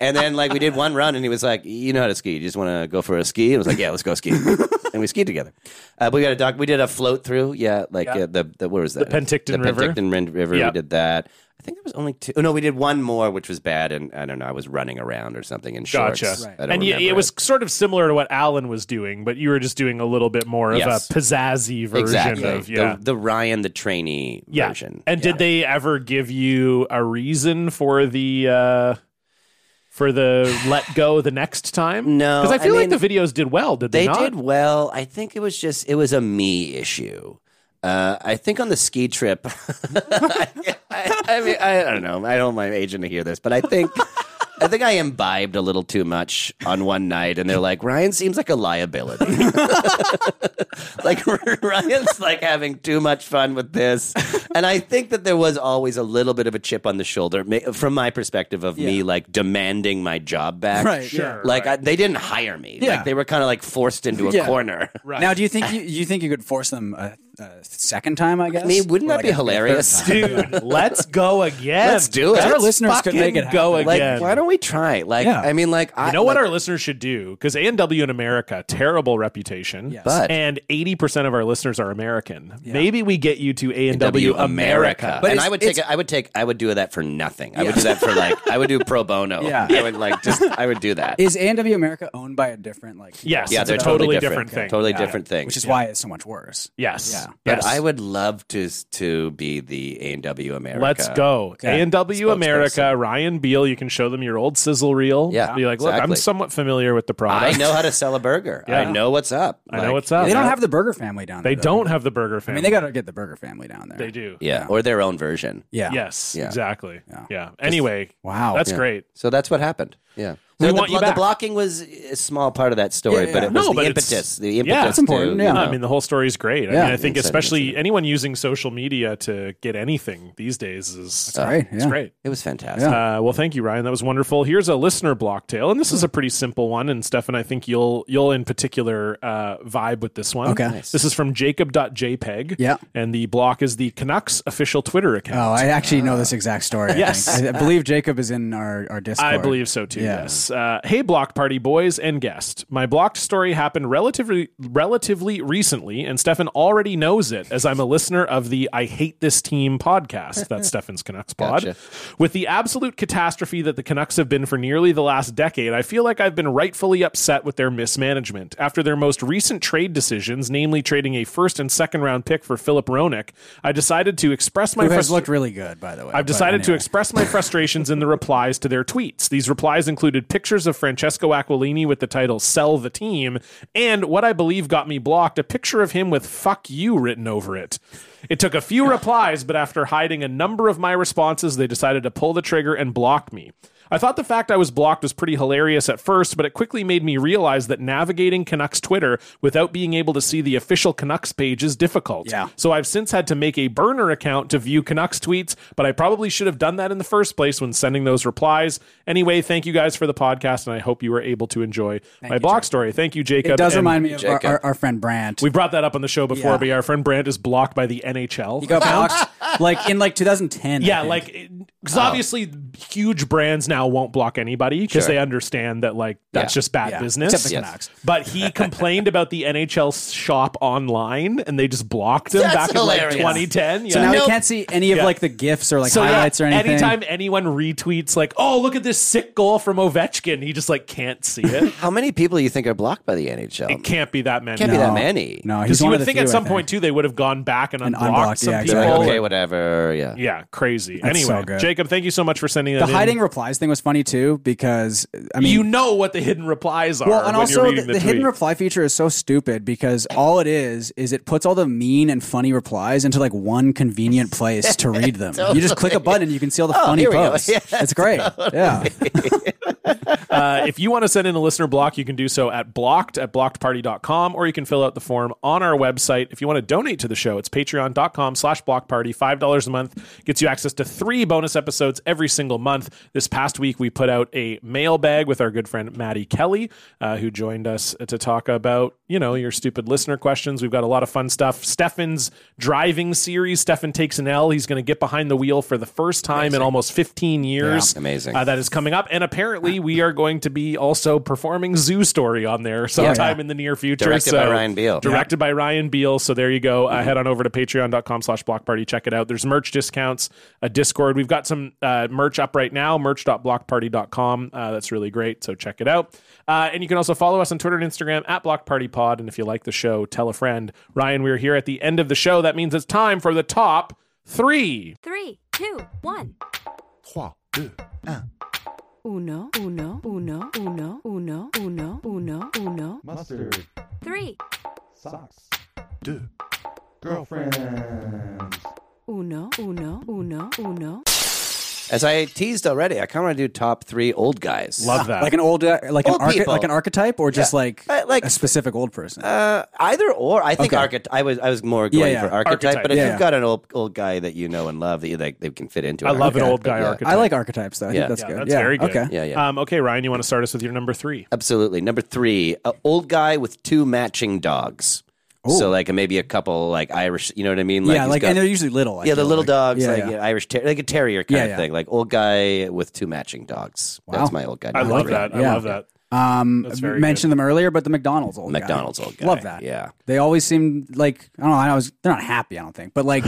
and then like we did one run and he was like you know how to ski you just want to go for a ski and i was like yeah let's go ski and we skied together uh, but we got a doc we did a float through yeah like Yeah. Uh, the, the where was that Penticton the River. penticton Rin- river Yeah. we did that I think there was only two. oh, No, we did one more, which was bad, and I don't know. I was running around or something in shorts. Gotcha. I don't And you, remember it was sort of similar to what Alan was doing, but you were just doing a little bit more of Yes. a pizzazzy version exactly of yeah. the, the Ryan the trainee yeah. version. And did they ever give you a reason for the uh for the let go the next time? No, Because I I feel mean, like the videos did well, did they they, not? did well. I think it was just it was a me issue. Uh, I think on the ski trip, I, I mean, I don't know. I don't want my agent to hear this, but I think I think I imbibed a little too much on one night, and they're like, Ryan seems like a liability. like Ryan's like having too much fun with this, and I think that there was always a little bit of a chip on the shoulder ma- from my perspective of me like demanding my job back. Right, Sure, Like I, they didn't hire me. Yeah. Like they were kind of like forced into a Yeah. corner. Now, do you think you, you think you could force them a, a second time? I guess. I mean, wouldn't Or that like be a third hilarious? time? Dude, let's go again. Let's do it. Our listeners could fucking make it go happen. Like, again. why don't we try? Like, Yeah. I mean, like, I you know what like, our listeners should do? Because A&W in America, terrible reputation. Yes. But- and 80% of our listeners are American. Maybe we get you to A&W W America. America, But and it's- I would take it's- it. I would take. I would do that for nothing. I would do that for like. I would do pro bono. Yeah. I would like just. I would do that. Is A&W America owned by a different like? Yes. yeah, it's they're a totally totally different thing. Totally Yeah. different thing. Which is why it's so much worse. Yes. Yeah. But yes. I would love to to be the A and W America. Let's go. Okay. A&W America, Spokesperson. Ryan Beal, you can show them your old sizzle reel. Yeah, Be like, look, I'm exactly. somewhat familiar with the I product. know how to sell a burger. Yeah. I know what's up. I know Like, what's up. They Yeah. don't have the Burger Family down there. They though. don't have the burger I family. mean, they got to get the Burger Family down there. They do. Yeah, or their own version. Yeah. Yes, Yeah. exactly. Yeah. Yeah. Anyway, Wow. that's Yeah. great. So that's what happened. Yeah. We So the, want you blo- the back. blocking was a small part of that story, Yeah, yeah, but yeah. it was No, the but it's- impetus. The yeah. impetus. It's important, to, yeah. you No, I know, mean, the whole story is great. I Yeah. mean, I think Insight, especially insight. anyone using social media to get anything these days is great, It's yeah. great. it was fantastic. Uh, well, thank you, Ryan. That was wonderful. Here's a listener block tale, and this is a pretty simple one. And Stefan, I think you'll you'll in particular uh, vibe with this one. Okay. Nice. This is from Jacob.jpg. Yeah. And the block is the Canucks official Twitter Oh, account. I actually know Ah. this exact story. I Yes. think. I, I believe Jacob is in our, our Discord. I believe so too. Yeah. Yes. Uh, hey, block party boys and guest. My blocked story happened relatively relatively recently, and Stefan already knows it as I'm a listener of the "I Hate This Team" podcast. That's Stefan's Canucks pod. Gotcha. With the absolute catastrophe that the Canucks have been for nearly the last decade, I feel like I've been rightfully upset with their mismanagement after their most recent trade decisions, namely trading a first and second round pick for Philip Ronick. I decided to express my Who has frust- looked really good, by the way. I've but decided to anyway. express my frustrations in the replies to their tweets. These replies included pictures of Francesco Aquilini with the title Sell the Team, and what I believe got me blocked a picture of him with Fuck You written over it. It took a few replies, but after hiding a number of my responses, they decided to pull the trigger and block me. I thought the fact I was blocked was pretty hilarious at first, but it quickly made me realize that navigating Canucks Twitter without being able to see the official Canucks page is difficult. Yeah. So I've since had to make a burner account to view Canucks tweets, but I probably should have done that in the first place when sending those replies. Anyway, thank you guys for the podcast, and I hope you were able to enjoy my you, blog story. Thank you, Jacob. It does And remind me of our, Jacob. our, our friend Brandt. We brought that up on the show before, Yeah. but yeah, our friend Brandt is blocked by the NHL. he got blocked like in like 2010. I yeah, think. like dude. Because obviously, huge brands now won't block anybody because Sure. they understand that like that's Yeah. just bad Yeah. business. Except Yes. Equinox. But he complained about the NHL shop online, and they just blocked him That's back hilarious. in like 2010. So yeah. now we can't see any of Yeah. like the gifs or like So, yeah, highlights or anything. Anytime anyone retweets like, "Oh, look at this sick goal from Ovechkin," he just like can't see it. How many people do you think are blocked by the NHL? it can't be that many. Can't be that many. No, because he's you one would of the think few, at I some think. point too they would have gone back and unblocked, some They're people. like, okay, whatever. Yeah. Yeah, crazy. That's so anyway, good. Jacob, thank you so much for sending that the in. hiding replies thing was funny too because I mean you know what the hidden replies are. Well, and when you're also the, reading the the, tweet. hidden reply feature is so stupid because all it is is it puts all the mean and funny replies into like one convenient place to read them. You just click a button and you can see all the Oh, funny here we go. posts. Yeah, it's great. Yeah. uh, if you want to send in a listener block, you can do so at blocked at blockedparty.com, or you can fill out the form on our website. If you want to donate to the show, it's patreon.com slash blockparty. $5 a month gets you access to three bonus episodes every single month. This past week, we put out a mailbag with our good friend Maddie Kelly, uh, who joined us to talk about, you know, your stupid listener questions. We've got a lot of fun stuff. Stefan's driving series, Stefan Takes an L. He's going to get behind the wheel for the first time in almost 15 years. Yeah, amazing. Uh, that is coming up. And apparently, we are going to be also performing Zoo Story on there sometime in the near future. Directed by So- Ryan Mm-hmm. Beal. Directed by Ryan Beal. So there you go. Uh, head on over to patreon.com slash block party. Check it out. There's merch discounts, a Discord. We've got some uh, merch up right now, merch.blockparty.com. Uh, that's really great. So check it out. Uh, and you can also follow us on Twitter and Instagram at Block Party Pod. And if you like the show, tell a friend. Ryan, we're here at the end of the show. That means it's time for the top three. Three, two, one. Uno, uno, uno, uno, uno, uno, uno, uno. Mustard. Three. Socks. Deux. Girlfriends. Uno, uno, uno, uno. As I teased already, I kind of want to do top three old guys. Love that. Like an old, uh, like an arche- like an archetype, or just Yeah. like, Uh, like- a specific old person. Uh, either or. I think Okay. archety I was I was more Yeah, going yeah. for archetype, Archetype. but if Yeah, you've yeah. got an old old guy that you know and love that you like, they can fit into. I love an old guy yeah. archetype. I like archetypes though. I Yeah. think that's Yeah, good. That's yeah. very good. Okay. Yeah, yeah. Um, okay, Ryan, you want to start us with your number three? Absolutely. Number three, a old guy with two matching dogs. So like maybe a couple like Irish, you know what I mean? yeah, he's like, got- and they're usually little. I yeah, the feel little like. dogs, Yeah, like yeah. yeah, Irish, ter- like a terrier kind Yeah, of yeah. thing, like old guy with two matching dogs. That's my old guy. I number love three. that. I Yeah. love that. Um, That's very mentioned them earlier, but the McDonald's old guy. McDonald's old guy. Love that. Yeah. They always seem like I don't know. I was they're not happy. I don't think, but like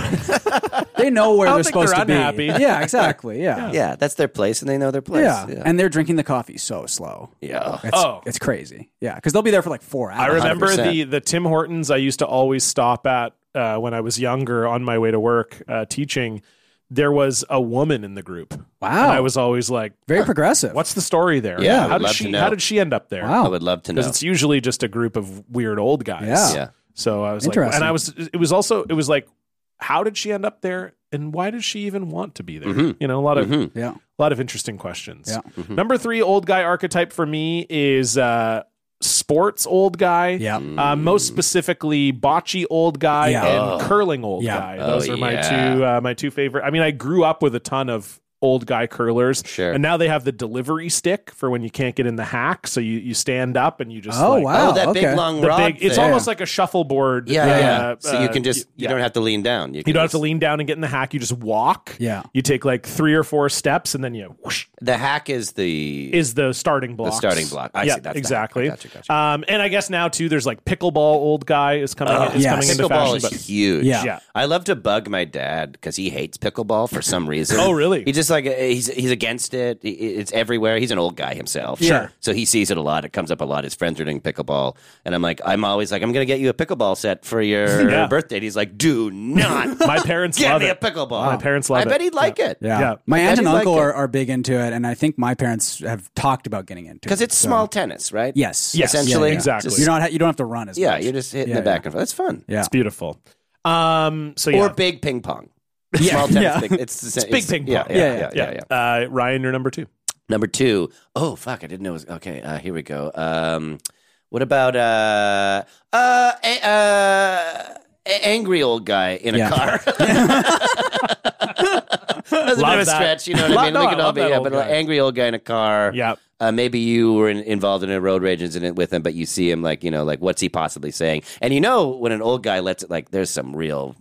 they know where I they're don't think supposed to be. they're unhappy. Yeah, exactly. Yeah. yeah, that's their place, and they know their place. Yeah. and they're drinking the coffee so slow. Yeah, it's, Oh. it's crazy. Yeah, because they'll be there for like four hours. I remember the the Tim Hortons I used to always stop at uh, when I was younger on my way to work uh, teaching. There was a woman in the group. Wow. And I was always like, very progressive. What's the story there? Yeah, how I would did love she to know. how did she end up there? Wow. I would love to know. because it's usually just a group of weird old guys. Yeah. Yeah. So I was like, Interesting. and I was it was also it was like, how did she end up there, and why did she even want to be there? Mhm. Mm-hmm. You know, a lot of Mhm. Yeah. a lot of interesting questions. Yeah. Mhm. Number three old guy archetype for me is uh sports old guy. Yeah. Uh, most specifically bocce old guy Yeah. and Mm. Oh. curling old Yeah. guy. Oh, Those are my yeah. two uh, my two favorite. I mean, I grew up with a ton of old guy curlers. Sure. And now they have the delivery stick for when you can't get in the hack. So you, you stand up and you just Oh, like- wow, Oh, that big okay. long The rod It's thing. almost like a shuffleboard. yeah, uh, yeah. so you uh, can just you yeah. don't have to lean down. You can don't have to just- lean down and get in the hack. You just walk. Yeah. You take like three or four steps and then you whoosh, The hack is the is the starting block. starting block. I see, yeah, that's the hack. exactly. Gotcha, Um, and I guess now too, there's like pickleball old guy is coming. Oh, is coming into pickleball fashion, is but huge. Yeah. Yeah. I love to bug my dad because he hates pickleball for some reason. Oh, really? He just like uh, he's he's against it. He- It's everywhere. He's an old guy himself. Sure. So he sees it a lot. It comes up a lot. His friends are doing pickleball, and I'm like, I'm always like, I'm gonna get you a pickleball set for your Yeah. birthday. And he's like, Do not. my parents get love me it. a pickleball. My parents love I it. bet he'd like it. Yeah. My aunt and uncle are, are big into it, and I think my parents have talked about getting into it because it's so- small tennis, right? Yes. Yes. Essentially, Yeah, yeah. exactly. You're not. ha- You don't have to run as Yeah, much. you're just hitting Yeah, it back yeah. and forth. That's fun. Yeah. It's beautiful. Um, so yeah. Or big ping pong. Small tennis Big, it's, the same- big ping pong. Yeah, yeah, yeah, yeah, yeah. Uh, Ryan, you're number two. Number two. Oh fuck, I didn't know it was okay, uh, here we go. Um what about uh uh a- uh a- angry old guy in Yeah. a car? That's a Love bit of a that. stretch, you know what Love- I mean? no, we I can all love be that yeah, old but an guy. angry old guy in a car. Yeah. Uh, maybe you were in, involved in a road rage incident with him, but you see him like, you know, like what's he possibly saying? And you know when an old guy lets it like there's some real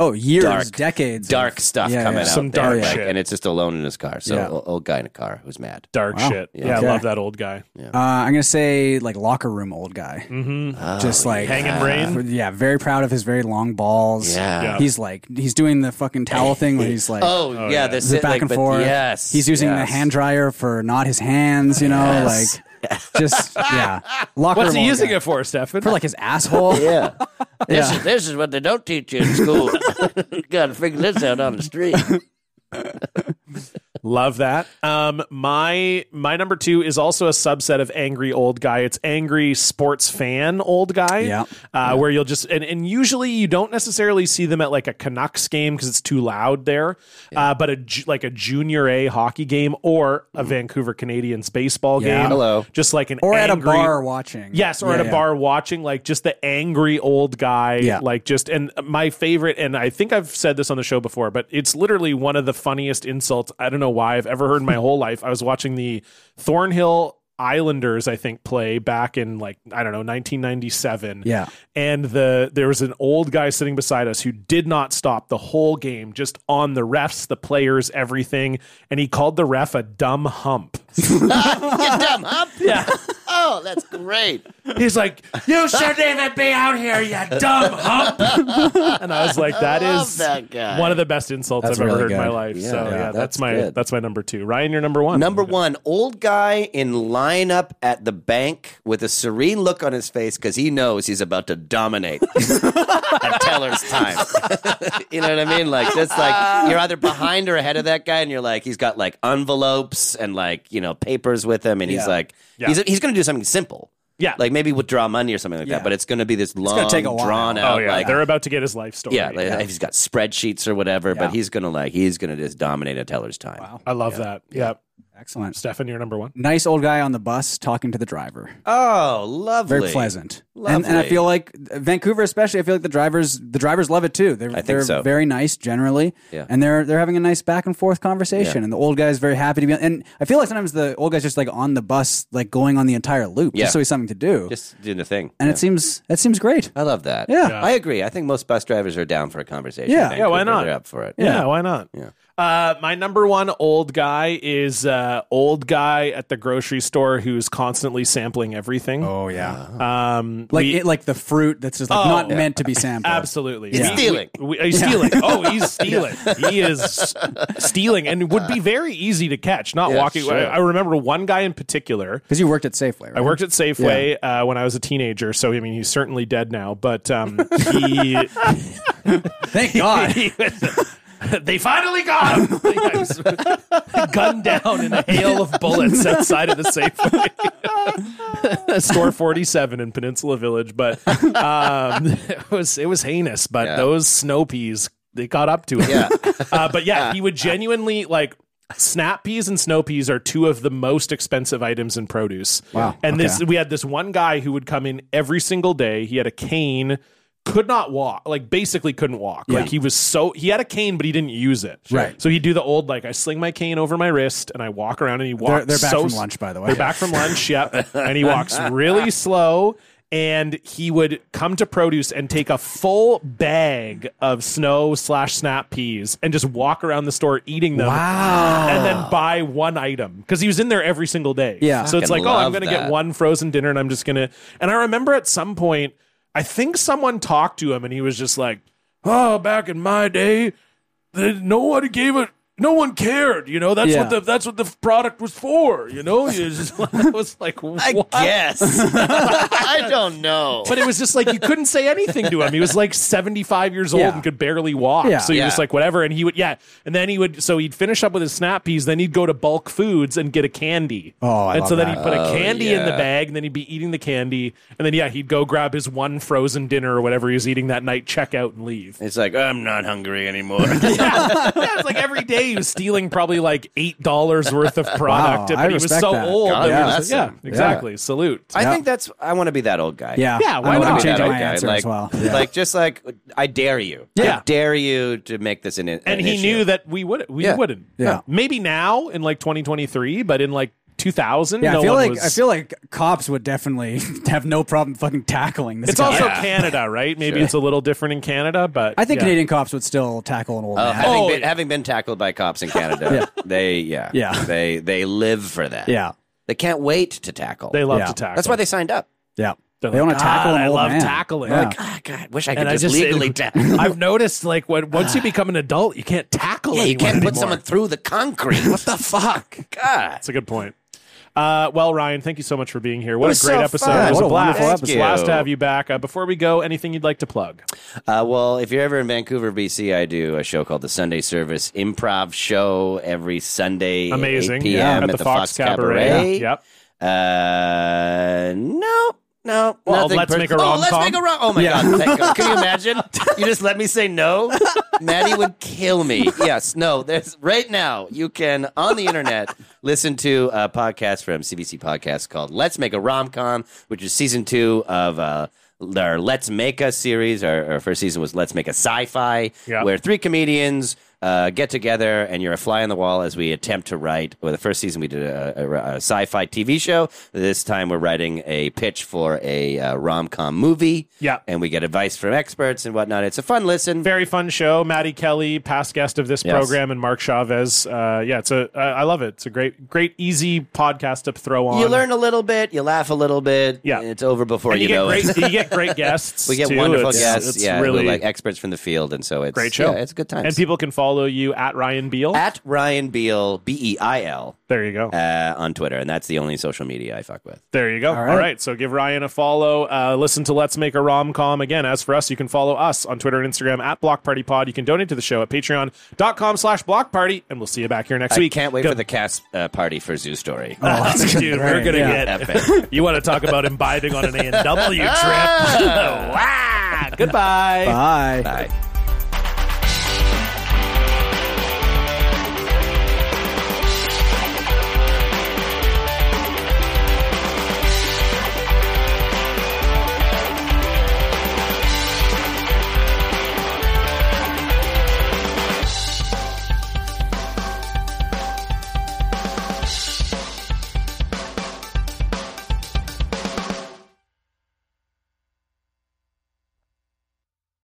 Oh, years, Dark- decades. dark of- stuff yeah, coming yeah. out. Some there, dark like, shit. And it's just alone in his car. So, Yeah. o- old guy in a car who's mad. Dark Wow. shit. Yeah, I love that old guy. Yeah. Uh, I'm gonna say like locker room old guy, mm-hmm. just Oh, like Hanging brain? uh, Yeah, very proud of his very long balls. Yeah. Yeah. he's like he's doing the fucking towel thing where he's like, Oh, yeah, the zip sit- back like, and but- forth. yes, he's using the yes. hand dryer for not his hands. You know, Yes. like just yeah. Locker What's room he old using guy. it for, Stefan? For like his asshole. Yeah. This, Yeah. is, this is what they don't teach you in school. Got to figure this out on the street. Love that. Um, my my number two is also a subset of angry old guy. It's angry sports fan old guy. Yeah. Uh, Where you'll just and, and usually you don't necessarily see them at like a Canucks game because it's too loud there. Uh, but a ju- like a junior A hockey game or a Vancouver Canadians baseball Yeah. game. Hello. Just like an or at a angry- bar watching. Yes, or Yeah, at a yeah. bar watching, like just the angry old guy, Yeah. like just and my favorite, and I think I've said this on the show before, but it's literally one of the funniest insults I don't know why I've ever heard in my whole life. I was watching the Thornhill Islanders, I think, play back in like I don't know 1997. Yeah. and the there was an old guy sitting beside us who did not stop the whole game, just on the refs, the players, everything, and he called the ref a dumb hump. you dumb hump. Yeah. Oh, that's great. He's like, you shouldn't even be out here, you dumb hump. and I was like, that Love is that guy. one of the best insults That's I've ever really heard in my good. life. Yeah, so yeah, yeah, that's, that's my good. that's my number two. Ryan, you're number one. Number one, old guy in lineup at the bank with a serene look on his face because he knows he's about to dominate at teller's time. you know what I mean? Like that's like you're either behind or ahead of that guy, and you're like he's got like envelopes and like you know papers with him, and he's Yeah. like Yeah. he's he's going to do something simple. Yeah. like maybe withdraw money or something like Yeah. that. But it's going to be this long, gonna take a while. drawn Oh out. yeah, like, they're about to get his life story. yeah, like, he's got spreadsheets or whatever. Yeah. But he's going to like he's going to just dominate at teller's time. Wow. I love that. Yeah. Excellent. Stefan, you're number one. Nice old guy on the bus talking to the driver. Oh, lovely. Very pleasant. And, and I Lovely. feel like Vancouver, especially, I feel like the drivers the drivers love it too. They're, think they're so. very nice generally, Yeah. and they're they're having a nice back and forth conversation. And the old guy's very happy to be. on And I feel like sometimes the old guy's just like on the bus, like going on the entire loop, Yeah. just so he's something to do. Just doing the thing. and e- it seems that seems great. I love that. Yeah. Yeah. I agree. I think most bus drivers are down for a conversation. Yeah. in Yeah, why Vancouver. not? They're up for it. Yeah, why not? Yeah. Uh, my number one old guy is uh, old guy at the grocery store who's constantly sampling everything. Oh yeah, Uh-huh. Um, like we- it, like the fruit that's just like Oh. not meant to be sampled. Absolutely. He's We- stealing. we- we- he's stealing. Oh, he's stealing. He is s- stealing and would be very easy to catch, not Yeah, walking. sure. I, I remember one guy in particular. Because you worked at Safeway, right? I worked at Safeway uh, when I was a teenager, so I mean he's certainly dead now. But um, he, Thank God. he was- they finally got him. He was gunned down in a hail of bullets outside of the Safeway store forty seven in Peninsula Village. But um, it was it was heinous. But Yeah. those snow peas they got up to him. Yeah. Uh, but yeah, he would genuinely like snap peas and snow peas are two of the most expensive items in produce. Wow. And this Okay. we had this one guy who would come in every single day. He had a cane, could not walk, like basically couldn't walk. Like he was so he had a cane, but he didn't use it. Right. So he'd do the old like I sling my cane over my wrist and I walk around and he walks. They're, they're back so from lunch, by the way. they're back from lunch, yep. And he walks really slow. And he would come to produce and take a full bag of snow slash snap peas and just walk around the store eating them. Oh. Wow. And then buy one item because he was in there every single day. Yeah. So it's Fucking like, oh, I'm love going to that. get one frozen dinner and I'm just going to. And I remember at some point, I think someone talked to him and he was just like, oh, back in my day, that nobody gave it. No one cared, you know. That's Yeah. what the that's what the product was for, you know. You just, I was like, what? I guess. I don't know. But it was just like you couldn't say anything to him. He was like seventy five years old Yeah. and could barely walk. Yeah. So you're Yeah. just like whatever. And he would yeah. And then he would so he'd finish up with his snap peas. Then he'd go to bulk foods and get a candy. Oh, I and so love then that. he'd put Oh, a candy in the yeah. bag, and then he'd be eating the candy, and then yeah, he'd go grab his one frozen dinner or whatever he was eating that night, check out and leave. it's like I'm not hungry anymore. yeah, yeah, it's like every day he was stealing probably like eight dollars worth of product, Wow, but I he was respect so that. old. God that we were bless just like, him. yeah, exactly. Salute. I Yeah. think that's. I want to be that old guy. Yeah. Yeah, why I not? am be that changing old my guy. answer like, as well. like just like I dare you. Yeah. I dare you to make this an. an and he issue. knew that we would we Yeah. wouldn't. Yeah. Maybe now in like 2023, but in like 2000. Yeah, no I feel one like was- I feel like cops would definitely have no problem fucking tackling this. it's guy. also Canada, right? Maybe Sure. it's a little different in Canada, but I think yeah. oh. Canadian cops would still tackle an old Uh, man. having, oh, been, having been tackled by cops in Canada, they yeah, Yeah. they they live for that. Yeah. they can't wait to tackle. They love Yeah. to tackle. That's why they signed up. yeah, They're they like, want to tackle "God, an I old love man." tackling. Yeah. Like, ah, God, wish I could And just, legally tackle. I've noticed like when once you become an adult, you can't tackle. Yeah, you anyone can't put anymore. someone through the concrete. What the fuck? God. That's a good point. Uh, well, Ryan, thank you so much for being here. What It was a great so episode. fun. It was What a a blast. wonderful It's a episode. blast to have you back. Uh, before we go, anything you'd like to plug? Uh, well, if you're ever in Vancouver, BC, I do a show called the Sunday Service Improv Show every Sunday, at 8 Amazing. p.m. Yeah. at, the, Fox, Cabaret. Yeah. Yep. Uh, no, no. Well, nothing let's per- make a Oh, let's rom-com. make a rom. Oh my Yeah. god! Thank god. Can you imagine? You just let me say no. Maddie would kill me. Yes. No. There's right now. You can on the internet listen to a podcast from CBC Podcast called "Let's Make a Rom Com," which is season two of. Uh, our Let's Make a series. Our, our first season was Let's Make a Sci-Fi, Yeah. where three comedians uh, get together and you're a fly on the wall as we attempt to write. Well, the first season we did a, a- a sci-fi TV show. This time we're writing a pitch for a uh, rom-com movie. Yeah. and we get advice from experts and whatnot. It's a fun listen. Very fun show. Maddie Kelly, past guest of this Yes. program, and Mark Chavez. Uh, yeah, it's a. Uh, I love it. It's a great, great, easy podcast to throw on. You learn a little bit, you laugh a little bit. Yeah, it's over before And you you, get know great- it. you get great guests, we get too. wonderful It's- guests. it's yeah, really- really like experts from the field, and so it's great show. yeah, it's good times. And people can follow you at Ryan Beal. At Ryan Beal, B E I L. There you go. Uh, on Twitter, and that's the only social media I fuck with. There you go. All right. right. So give Ryan a follow. Uh, listen to Let's Make a Rom Com. Again, as for us, you can follow us on Twitter and Instagram at Block Party Pod. You can donate to the show at patreon.com slash block party, and we'll see you back here next I week. can't wait Go- for the cast uh, party for Zoo Story. Dude, we're going to Yeah. get. you want to talk about imbibing on an A&W trip? wow. Goodbye. Bye. Bye.